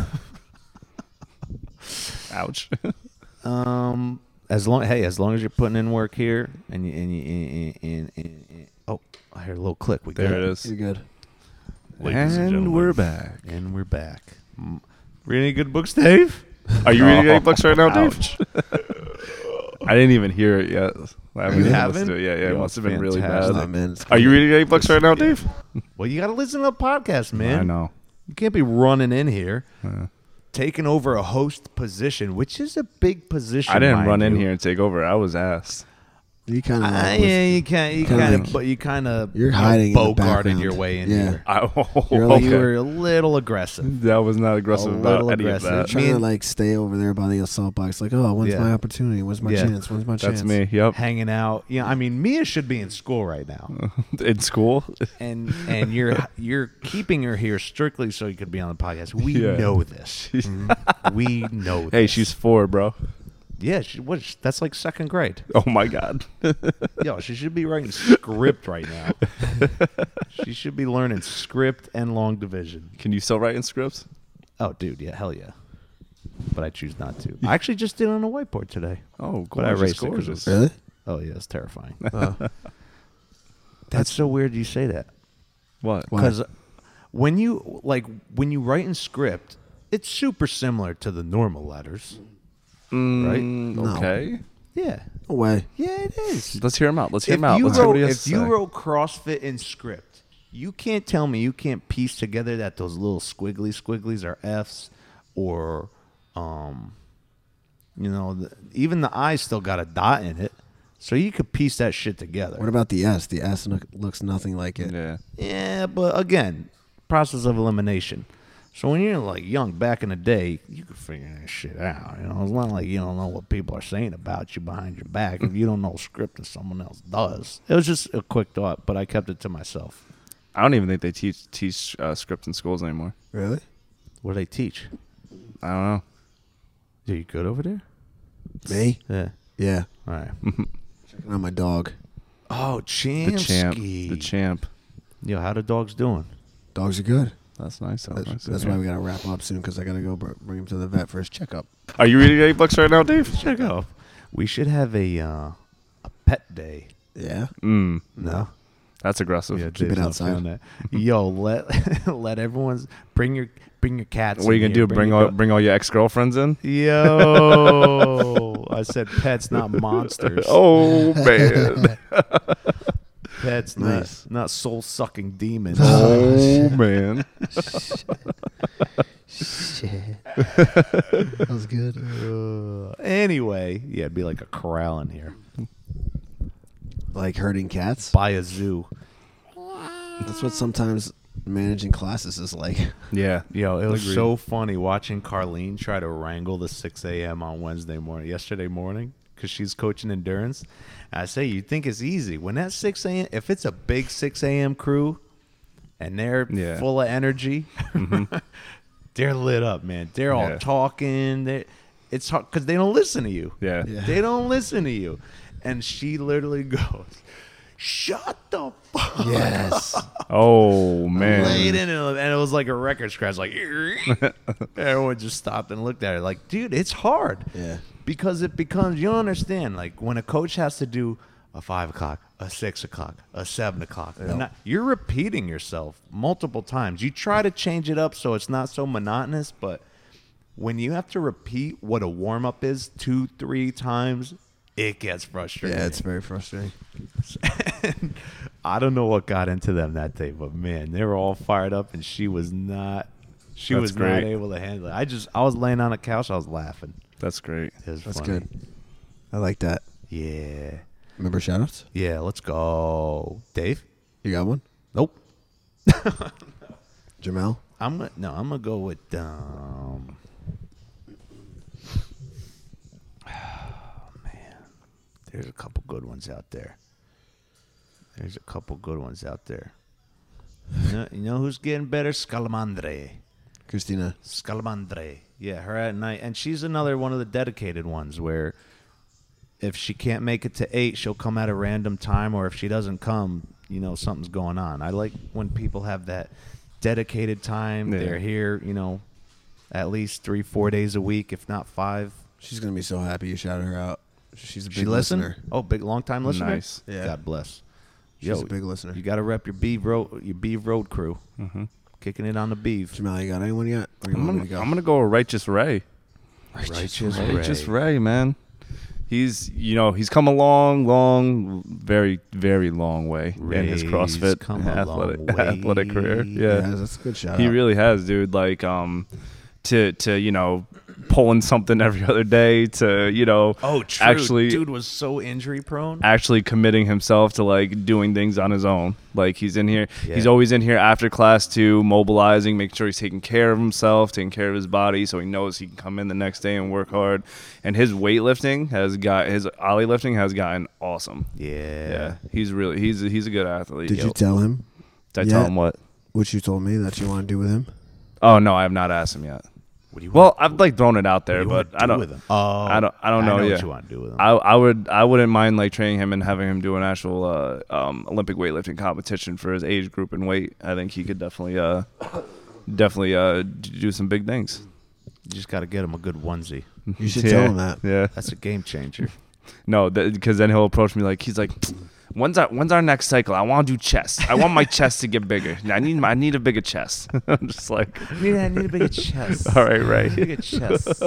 Speaker 3: Ouch.
Speaker 2: um, as long hey, as long as you're putting in work here, and you and you and, and, and, and oh, I heard a little click. We
Speaker 3: There
Speaker 2: got
Speaker 3: it is.
Speaker 1: You're good.
Speaker 2: Ladies and gentlemen.
Speaker 3: back.
Speaker 2: and we're back. Mm. Reading any good books, Dave?
Speaker 3: Are you reading any books right now,
Speaker 2: Ouch.
Speaker 3: Dave? I didn't even hear it yet. I haven't
Speaker 2: You
Speaker 3: even
Speaker 2: haven't?
Speaker 3: listened to it yet. Yeah, it
Speaker 2: Yo,
Speaker 3: must have been really
Speaker 2: fantastic.
Speaker 1: Nah,
Speaker 3: bad.
Speaker 1: man, it's
Speaker 3: Uh, Are you
Speaker 1: good.
Speaker 3: reading any books right now, Dave?
Speaker 2: Well, you got to listen to the podcast, man.
Speaker 3: I know.
Speaker 2: You can't be running in here,
Speaker 3: Uh,
Speaker 2: taking over a host position, which is a big position.
Speaker 3: I didn't
Speaker 2: mind
Speaker 3: run in
Speaker 2: you.
Speaker 3: here and take over. I was asked.
Speaker 1: You kind of.
Speaker 2: Uh, yeah, you kind, you
Speaker 1: Kinda
Speaker 2: kind
Speaker 1: like-
Speaker 2: of, but you kind of,
Speaker 1: You're hiding in the
Speaker 2: bogarted
Speaker 1: background.
Speaker 2: your way in
Speaker 1: Yeah.
Speaker 2: here.
Speaker 3: I, oh,
Speaker 1: You're like-
Speaker 2: You
Speaker 1: Okay.
Speaker 2: were a little aggressive.
Speaker 3: that was not
Speaker 2: A
Speaker 3: aggressive about
Speaker 2: little
Speaker 3: any
Speaker 2: aggressive.
Speaker 3: of that.
Speaker 1: trying
Speaker 2: Me
Speaker 1: to
Speaker 2: and-
Speaker 1: like stay over there by the assault box. Like, oh, when's
Speaker 2: Yeah.
Speaker 1: my opportunity? When's my
Speaker 2: Yeah.
Speaker 1: chance? When's my chance?
Speaker 3: That's me. Yep.
Speaker 2: hanging out. Yeah, I mean, Mia should be in school right now,
Speaker 3: In school.
Speaker 2: and and you're you're keeping her here strictly so you could be on the podcast. We
Speaker 3: Yeah.
Speaker 2: know this. Mm-hmm. we know. This.
Speaker 3: hey, she's four, bro.
Speaker 2: yeah. She, what? is- That's like second grade.
Speaker 3: Oh my god.
Speaker 2: Yo, she should be writing script right now. she should be learning script and long division.
Speaker 3: Can you still write in scripts?
Speaker 2: Oh, dude, yeah, hell yeah. But I choose not to. I actually just did it on a whiteboard today.
Speaker 3: Oh,
Speaker 2: But I
Speaker 3: gorgeous,
Speaker 2: erased it 'cause it's-
Speaker 3: gorgeous.
Speaker 1: Really?
Speaker 2: Oh yeah, it's terrifying.
Speaker 1: Oh.
Speaker 2: That's so weird you say that.
Speaker 3: What?
Speaker 1: Why?
Speaker 2: Because when you like when you write in script, it's super similar to the normal letters.
Speaker 3: Mm,
Speaker 1: No.
Speaker 3: Okay.
Speaker 2: Yeah.
Speaker 1: No way.
Speaker 2: Yeah, it is.
Speaker 3: Let's hear him out. Let's hear
Speaker 2: If
Speaker 3: him out.
Speaker 2: you,
Speaker 3: Let's hear
Speaker 2: wrote,
Speaker 3: what he has
Speaker 2: if
Speaker 3: to
Speaker 2: you
Speaker 3: say.
Speaker 2: wrote CrossFit in script, you can't tell me you can't piece together that those little squiggly squigglies are F's or, um, you know, the, even the I still got a dot in it. So you could piece that shit together.
Speaker 1: What about the S? The S look- looks nothing like it.
Speaker 3: yeah.
Speaker 2: yeah, but again, process of elimination. So when you're like young back in the day, you could figure that shit out. You know, it's not like you don't know what people are saying about you behind your back if you don't know a script and someone else does. It was just a quick thought, but I kept it to myself.
Speaker 3: I don't even think they teach teach uh, script in schools anymore.
Speaker 1: Really?
Speaker 2: What do they teach?
Speaker 3: I don't know.
Speaker 2: Are you good over there?
Speaker 1: Me?
Speaker 2: Yeah.
Speaker 1: Yeah.
Speaker 2: All right.
Speaker 1: Checking on my dog.
Speaker 2: Oh, Chamsky.
Speaker 3: The champ, the champ.
Speaker 2: Yo, how the dogs doing?
Speaker 1: Dogs are good.
Speaker 3: That's nice. Oh, That's,
Speaker 1: That's,
Speaker 3: nice.
Speaker 1: that's why we gotta wrap up soon because I gotta go br- bring him to the vet for his checkup.
Speaker 3: Are you reading eight bucks right now, Dave?
Speaker 2: Check off. We should have a uh, a pet day.
Speaker 1: Yeah.
Speaker 3: Mm,
Speaker 2: No.
Speaker 3: that's aggressive.
Speaker 2: Yeah,
Speaker 1: Keep it
Speaker 2: Dave's not
Speaker 1: outside.
Speaker 2: feeling that. Yo, let let everyone's bring your bring your cats.
Speaker 3: what are you
Speaker 2: in
Speaker 3: gonna
Speaker 2: here,
Speaker 3: do? Bring all
Speaker 2: your
Speaker 3: bring all your ex girlfriends in?
Speaker 2: do- Yo, I said pets, not monsters.
Speaker 3: Oh man!
Speaker 2: pets,
Speaker 1: Nice.
Speaker 2: not not soul sucking demons.
Speaker 3: oh man!
Speaker 1: Shit. that was good.
Speaker 2: Uh, anyway, yeah, it'd be like a corral in here
Speaker 1: Like herding cats.
Speaker 2: by a zoo.
Speaker 1: That's what sometimes managing classes is like.
Speaker 3: Yeah,
Speaker 2: Yo, it was
Speaker 3: Agreed.
Speaker 2: so funny watching Carlene try to wrangle the 6 a.m. on Wednesday morning, yesterday morning, because she's coaching endurance. I say, you think it's easy. When that 6 a.m., if it's a big 6 a.m. crew and they're
Speaker 3: Yeah. Mm-hmm.
Speaker 2: full of energy, they're lit up, man. They're all
Speaker 3: Yeah.
Speaker 2: talking. They, it's hard because they don't listen to you.
Speaker 3: yeah.
Speaker 1: Yeah.
Speaker 2: They don't listen to you. And she literally goes, shut the fuck
Speaker 1: Yes.
Speaker 3: Oh
Speaker 2: laid
Speaker 3: man!
Speaker 2: in and and it was like a record scratch. Like everyone just stopped and looked at her. Like, dude, it's hard.
Speaker 1: Yeah.
Speaker 2: Because it becomes you don't understand. Like when a coach has to do a five o'clock, a six o'clock, a seven o'clock, a ni- you're repeating yourself multiple times. You try to change it up so it's not so monotonous, but when you have to repeat what a warm up is two, three times, it gets frustrating.
Speaker 1: yeah, it's very frustrating.
Speaker 2: I don't know what got into them that day, but man, they were all fired up, and she was not. She
Speaker 3: That's
Speaker 2: was not
Speaker 3: great.
Speaker 2: able to handle it. I just, I was laying on a couch, I was laughing.
Speaker 3: That's great.
Speaker 2: It was
Speaker 1: That's
Speaker 2: funny.
Speaker 1: good. I like that.
Speaker 2: Yeah,
Speaker 1: Remember shout outs?
Speaker 2: yeah. Let's go, Dave.
Speaker 1: You got one?
Speaker 2: Nope.
Speaker 1: Jamel?
Speaker 2: I'm gonna no. I'm gonna go with um. man, there's a couple good ones out there. There's a couple good ones out there. You know, you know who's getting better? Scalamandre.
Speaker 1: Christina.
Speaker 2: Scalamandre. Yeah, her at night. And she's another one of the dedicated ones where if she can't make it to eight, she'll come at a random time, or if she doesn't come, you know, something's going on. I like when people have that dedicated time.
Speaker 3: Yeah.
Speaker 2: They're here, you know, at least three, four days a week, if not five.
Speaker 1: She's gonna be so happy you shouted her out. She's a big
Speaker 2: she listen?
Speaker 1: listener.
Speaker 2: Oh, big long time listener.
Speaker 3: Nice.
Speaker 1: Yeah.
Speaker 2: God bless.
Speaker 1: She's
Speaker 2: Yo,
Speaker 1: a big listener.
Speaker 2: you gotta rep your beef road your beef road crew.
Speaker 3: Mm-hmm.
Speaker 2: Kicking it on the beef.
Speaker 1: Jamel, you got anyone yet? Or you want me
Speaker 3: I'm gonna
Speaker 1: to go?
Speaker 3: I'm gonna go with righteous Ray.
Speaker 2: Righteous
Speaker 3: Righteous Ray, man. He's you know he's come a long, long, very, very long way in his
Speaker 2: Ray's
Speaker 3: CrossFit
Speaker 2: come a
Speaker 3: athletic
Speaker 2: long way.
Speaker 3: athletic career.
Speaker 1: yeah.
Speaker 3: Yeah,
Speaker 1: that's a good shout
Speaker 3: he
Speaker 1: out.
Speaker 3: really has, dude. Like um, to to you know pulling something every other day to you know
Speaker 2: Oh, true.
Speaker 3: actually
Speaker 2: dude was so injury prone.
Speaker 3: actually committing himself to like doing things on his own. Like he's in here, he's
Speaker 2: Yeah.
Speaker 3: always in here after class too, mobilizing, making sure he's taking care of himself, taking care of his body, so he knows he can come in the next day and work hard. And his weightlifting has got his ollie lifting has gotten awesome.
Speaker 2: Yeah.
Speaker 3: Yeah, he's really he's he's a good athlete.
Speaker 1: Did
Speaker 3: Yo,
Speaker 1: you tell him
Speaker 3: Did I tell
Speaker 1: yeah.
Speaker 3: him what?
Speaker 1: what you told me that you want to do with him?
Speaker 3: Oh no, I have not asked him yet.
Speaker 2: What do you
Speaker 3: Well,
Speaker 2: want,
Speaker 3: I've like thrown it out there,
Speaker 2: what do you want
Speaker 3: but
Speaker 2: to
Speaker 3: I
Speaker 2: do
Speaker 3: don't.
Speaker 2: with him? Oh,
Speaker 3: I don't. I don't know.
Speaker 2: know
Speaker 3: yeah.
Speaker 2: what you want to do with him.
Speaker 3: I, I would I wouldn't mind like training him and having him do an actual uh, um, Olympic weightlifting competition for his age group and weight. I think he could definitely uh, definitely uh, d- do some big things.
Speaker 2: you just got to get him a good onesie.
Speaker 1: You should
Speaker 3: yeah.
Speaker 1: tell him that.
Speaker 3: Yeah.
Speaker 2: That's a game changer.
Speaker 3: No, because then he'll approach me like he's like, when's our when's our next cycle? I want to do chest. I want my chest to get bigger. I need my- I need a bigger chest. I'm just like,
Speaker 2: I need, I need a bigger chest.
Speaker 3: all right, right.
Speaker 2: Bigger chest.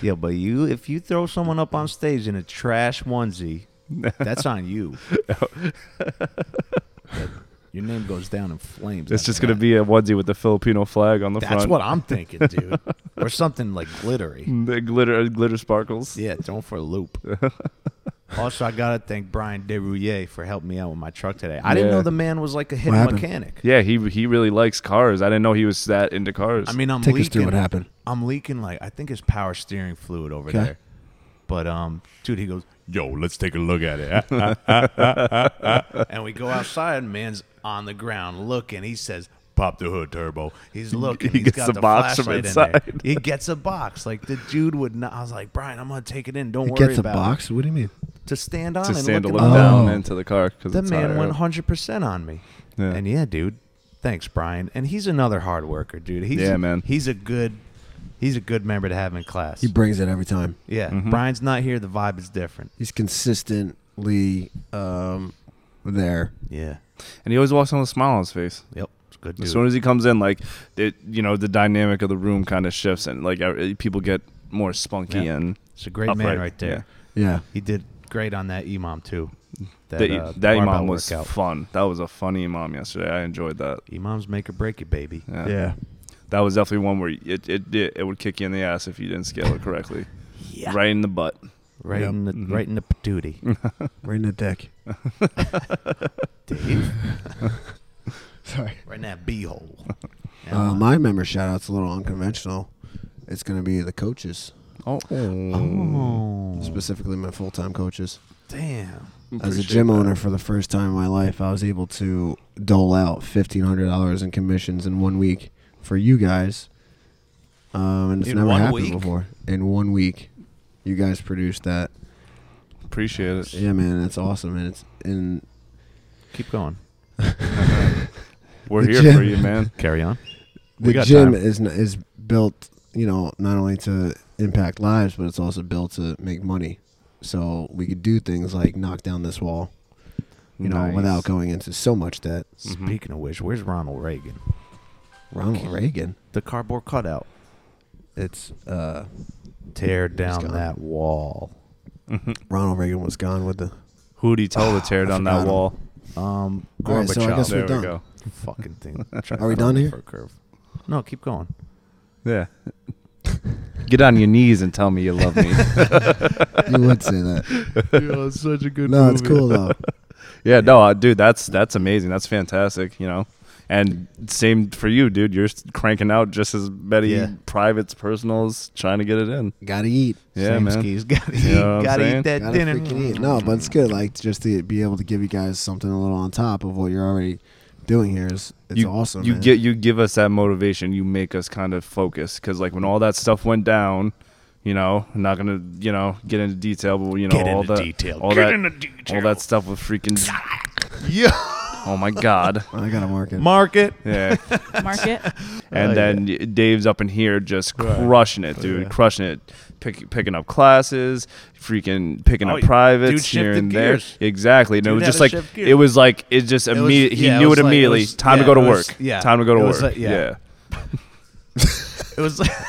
Speaker 2: yeah, but you, if you throw someone up on stage in a trash onesie, that's on you. Your name goes down in flames.
Speaker 3: It's
Speaker 2: after
Speaker 3: just gonna
Speaker 2: that.
Speaker 3: be a onesie with the Filipino flag on the
Speaker 2: That's
Speaker 3: front.
Speaker 2: what I'm thinking, dude. or something like glittery.
Speaker 3: the glitter glitter sparkles.
Speaker 2: Yeah, throw 'em for a loop. Also, I gotta thank Brian Derouillet for helping me out with my truck today. I didn't
Speaker 3: Yeah.
Speaker 2: know the man was like a hidden
Speaker 1: happened?
Speaker 2: mechanic.
Speaker 3: Yeah, he he really likes cars. I didn't know he was that into cars.
Speaker 2: I mean, I'm
Speaker 1: Take
Speaker 2: leaking.
Speaker 1: us through what happened.
Speaker 2: I'm leaking like I think it's power steering fluid over
Speaker 1: Okay.
Speaker 2: there. But um, dude, he goes, "Yo, let's take a look at it." and we go outside. Man's on the ground looking. He says, "Pop the hood, turbo." He's looking.
Speaker 3: He
Speaker 2: He's
Speaker 3: gets
Speaker 2: got
Speaker 3: a
Speaker 2: the
Speaker 3: box from
Speaker 2: flashlight in there.
Speaker 3: inside.
Speaker 2: He gets a box. Like the dude would not. I was like, Brian, I'm gonna take it in. Don't
Speaker 1: It
Speaker 2: worry
Speaker 1: gets a
Speaker 2: about
Speaker 1: box. What do you mean?
Speaker 2: it. to stand on
Speaker 3: to
Speaker 2: and
Speaker 3: stand
Speaker 2: look
Speaker 3: to
Speaker 2: at
Speaker 3: look
Speaker 2: the-
Speaker 3: down
Speaker 1: Oh.
Speaker 3: into the car because
Speaker 2: the man went hundred percent on me.
Speaker 3: Yeah.
Speaker 2: And yeah, dude. Thanks, Brian. And he's another hard worker, dude. He's
Speaker 3: Yeah, man.
Speaker 2: He's a good. He's a good member to have in class.
Speaker 1: He brings it every time.
Speaker 2: yeah,
Speaker 3: Mm-hmm.
Speaker 2: Brian's not here. The vibe is different.
Speaker 1: He's consistently um, there.
Speaker 2: Yeah.
Speaker 3: and he always walks in with a smile on his face.
Speaker 2: Yep. It's a good
Speaker 3: As
Speaker 2: dude.
Speaker 3: soon as he comes in, like it, you know, the dynamic of the room kind of shifts, and like uh, people get more spunky
Speaker 2: Yeah.
Speaker 3: and
Speaker 2: it's a great man
Speaker 3: upright.
Speaker 2: right there.
Speaker 1: Yeah.
Speaker 2: He did great on that imam too.
Speaker 3: yeah. That,
Speaker 2: uh,
Speaker 3: that
Speaker 2: barbell
Speaker 3: imam was
Speaker 2: workout.
Speaker 3: fun. That was a funny imam yesterday. I enjoyed that.
Speaker 2: Imams make or break you, baby.
Speaker 3: Yeah. that was definitely one where it it, it it would kick you in the ass if you didn't scale it correctly,
Speaker 4: Yeah.
Speaker 3: right Mm-hmm. in the butt.
Speaker 2: Right
Speaker 1: Yep.
Speaker 2: in the right in the patootie.
Speaker 1: Right in the dick.
Speaker 2: Dave.
Speaker 1: Sorry.
Speaker 2: Right in that beehole. And
Speaker 1: Uh,
Speaker 2: I'm
Speaker 1: my member shout out's a little unconventional. It's going to be the coaches,
Speaker 3: Oh,
Speaker 2: like, oh,
Speaker 1: specifically my full time coaches.
Speaker 2: damn.
Speaker 1: As a
Speaker 3: Appreciate
Speaker 1: gym
Speaker 3: that.
Speaker 1: owner for the first time in my life, I was able to dole out $1,500 in commissions in one week for you guys. Um, and it's
Speaker 2: In
Speaker 1: never
Speaker 2: one
Speaker 1: happened
Speaker 2: week?
Speaker 1: before. In one week, you guys produced that.
Speaker 3: appreciate it.
Speaker 1: Yeah, man, that's awesome. And it's and
Speaker 2: Keep going.
Speaker 3: We're
Speaker 1: The
Speaker 3: here
Speaker 1: gym-
Speaker 3: for you, man.
Speaker 2: Carry on. We
Speaker 1: the
Speaker 2: got
Speaker 1: gym
Speaker 2: time.
Speaker 1: is n- is built, you know, not only to impact lives, but it's also built to make money. So we could do things like knock down this wall, you know,
Speaker 3: Nice.
Speaker 1: without going into so much debt.
Speaker 3: Mhm.
Speaker 2: Speaking of which, where's Ronald Reagan?
Speaker 1: Ronald Reagan,
Speaker 2: The cardboard cutout.
Speaker 1: it's uh,
Speaker 2: Tear
Speaker 1: gone.
Speaker 2: down that wall.
Speaker 1: Ronald Reagan was gone with the.
Speaker 3: Who'd he tell to tear down
Speaker 1: forgot
Speaker 3: that
Speaker 1: him.
Speaker 3: wall?
Speaker 2: Um,
Speaker 1: All right,
Speaker 2: Gorbachev.
Speaker 1: so I guess
Speaker 3: there
Speaker 1: we're
Speaker 3: we
Speaker 1: done.
Speaker 3: go.
Speaker 2: Fucking thing.
Speaker 1: Are we done here?
Speaker 2: For a curve. No, keep going.
Speaker 3: Yeah. Get on your knees and tell me you love me.
Speaker 1: You would say that.
Speaker 2: Oh, such a good.
Speaker 1: No, it's cool though.
Speaker 3: yeah, no, uh, dude, that's that's amazing. That's fantastic, you know. And same for you, dude. You're s- cranking out just as many
Speaker 2: Yeah.
Speaker 3: privates, personals, trying to get it in.
Speaker 1: Gotta eat.
Speaker 3: Yeah, man.
Speaker 2: Skis. Gotta eat.
Speaker 3: You know what I'm
Speaker 2: gotta
Speaker 3: saying?
Speaker 2: eat that
Speaker 1: Gotta
Speaker 2: dinner. Mm.
Speaker 1: freaking eat. No, but it's good. Like just to be able to give you guys something a little on top of what you're already doing here is it's
Speaker 3: you,
Speaker 1: awesome.
Speaker 3: You
Speaker 1: man.
Speaker 3: get you give us that motivation. You make us kind of focus because like when all that stuff went down, you know, I'm not gonna you know get into detail, but you know
Speaker 2: Get
Speaker 3: all
Speaker 2: into
Speaker 3: that
Speaker 2: detail.
Speaker 3: all
Speaker 2: Get
Speaker 3: that
Speaker 2: into detail.
Speaker 3: all that stuff with freaking
Speaker 2: Yeah.
Speaker 3: oh my god,
Speaker 1: I gotta mark it.
Speaker 2: Market.
Speaker 3: yeah.
Speaker 4: Market.
Speaker 3: and
Speaker 2: Oh,
Speaker 3: then y Dave's up in here just
Speaker 2: Right. Oh,
Speaker 3: crushing it, dude,
Speaker 2: yeah.
Speaker 3: crushing it, Pick, picking up classes, freaking picking
Speaker 2: Oh,
Speaker 3: up
Speaker 2: dude
Speaker 3: privates here
Speaker 2: shifted
Speaker 3: and there.
Speaker 2: gears.
Speaker 3: Exactly, and
Speaker 2: Dude
Speaker 3: it was
Speaker 2: had
Speaker 3: just
Speaker 2: to
Speaker 3: like
Speaker 2: shift gears.
Speaker 3: it was like it just
Speaker 2: was-
Speaker 3: immediately he
Speaker 2: yeah, it
Speaker 3: knew
Speaker 2: was
Speaker 3: it
Speaker 2: like- it
Speaker 3: immediately.
Speaker 2: was-
Speaker 3: time
Speaker 2: yeah,
Speaker 3: to go
Speaker 2: it
Speaker 3: to work.
Speaker 2: was- yeah.
Speaker 3: time to go to
Speaker 2: It
Speaker 3: work.
Speaker 2: was like- yeah.
Speaker 3: yeah.
Speaker 2: It was like.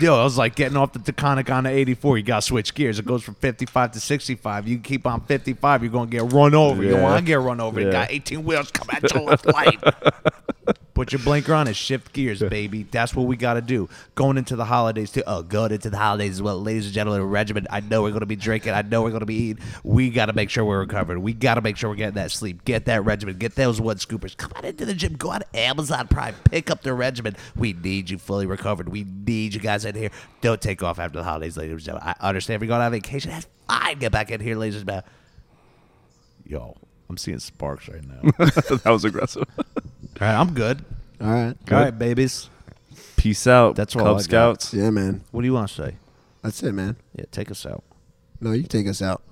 Speaker 2: Yo, I was like getting off the Taconic on the 84. You got to switch gears. It goes from 55 to 65. You keep on 55, you're going to get run over. You
Speaker 3: Yeah.
Speaker 2: want to get run over. You
Speaker 3: Yeah.
Speaker 2: got 18 wheels coming at you with light. Put your blinker on and shift gears, baby. That's what we got to do. Going into the holidays, too. Oh, going into the holidays as well. Ladies and gentlemen, regiment. I know we're going to be drinking. I know we're going to be eating. We got to make sure we're recovered. We got to make sure we're getting that sleep. Get that regimen. Get those one scoopers. Come on into the gym. Go on Amazon Prime. Pick up the regimen. We need you fully recovered. We need you guys in here. Don't take off after the holidays, ladies and gentlemen. I understand we're going on vacation. That's fine. Get back in here, ladies and gentlemen. Yo, I'm seeing sparks right now. All
Speaker 3: that was aggressive.
Speaker 2: right, I'm good.
Speaker 1: All right.
Speaker 2: All right, babies.
Speaker 3: Peace out.
Speaker 2: That's all I
Speaker 3: Cub
Speaker 2: got.
Speaker 3: Scouts.
Speaker 1: Yeah, man.
Speaker 2: What do you want to say?
Speaker 1: That's it, man.
Speaker 2: Yeah, take us out.
Speaker 1: No, you take us out.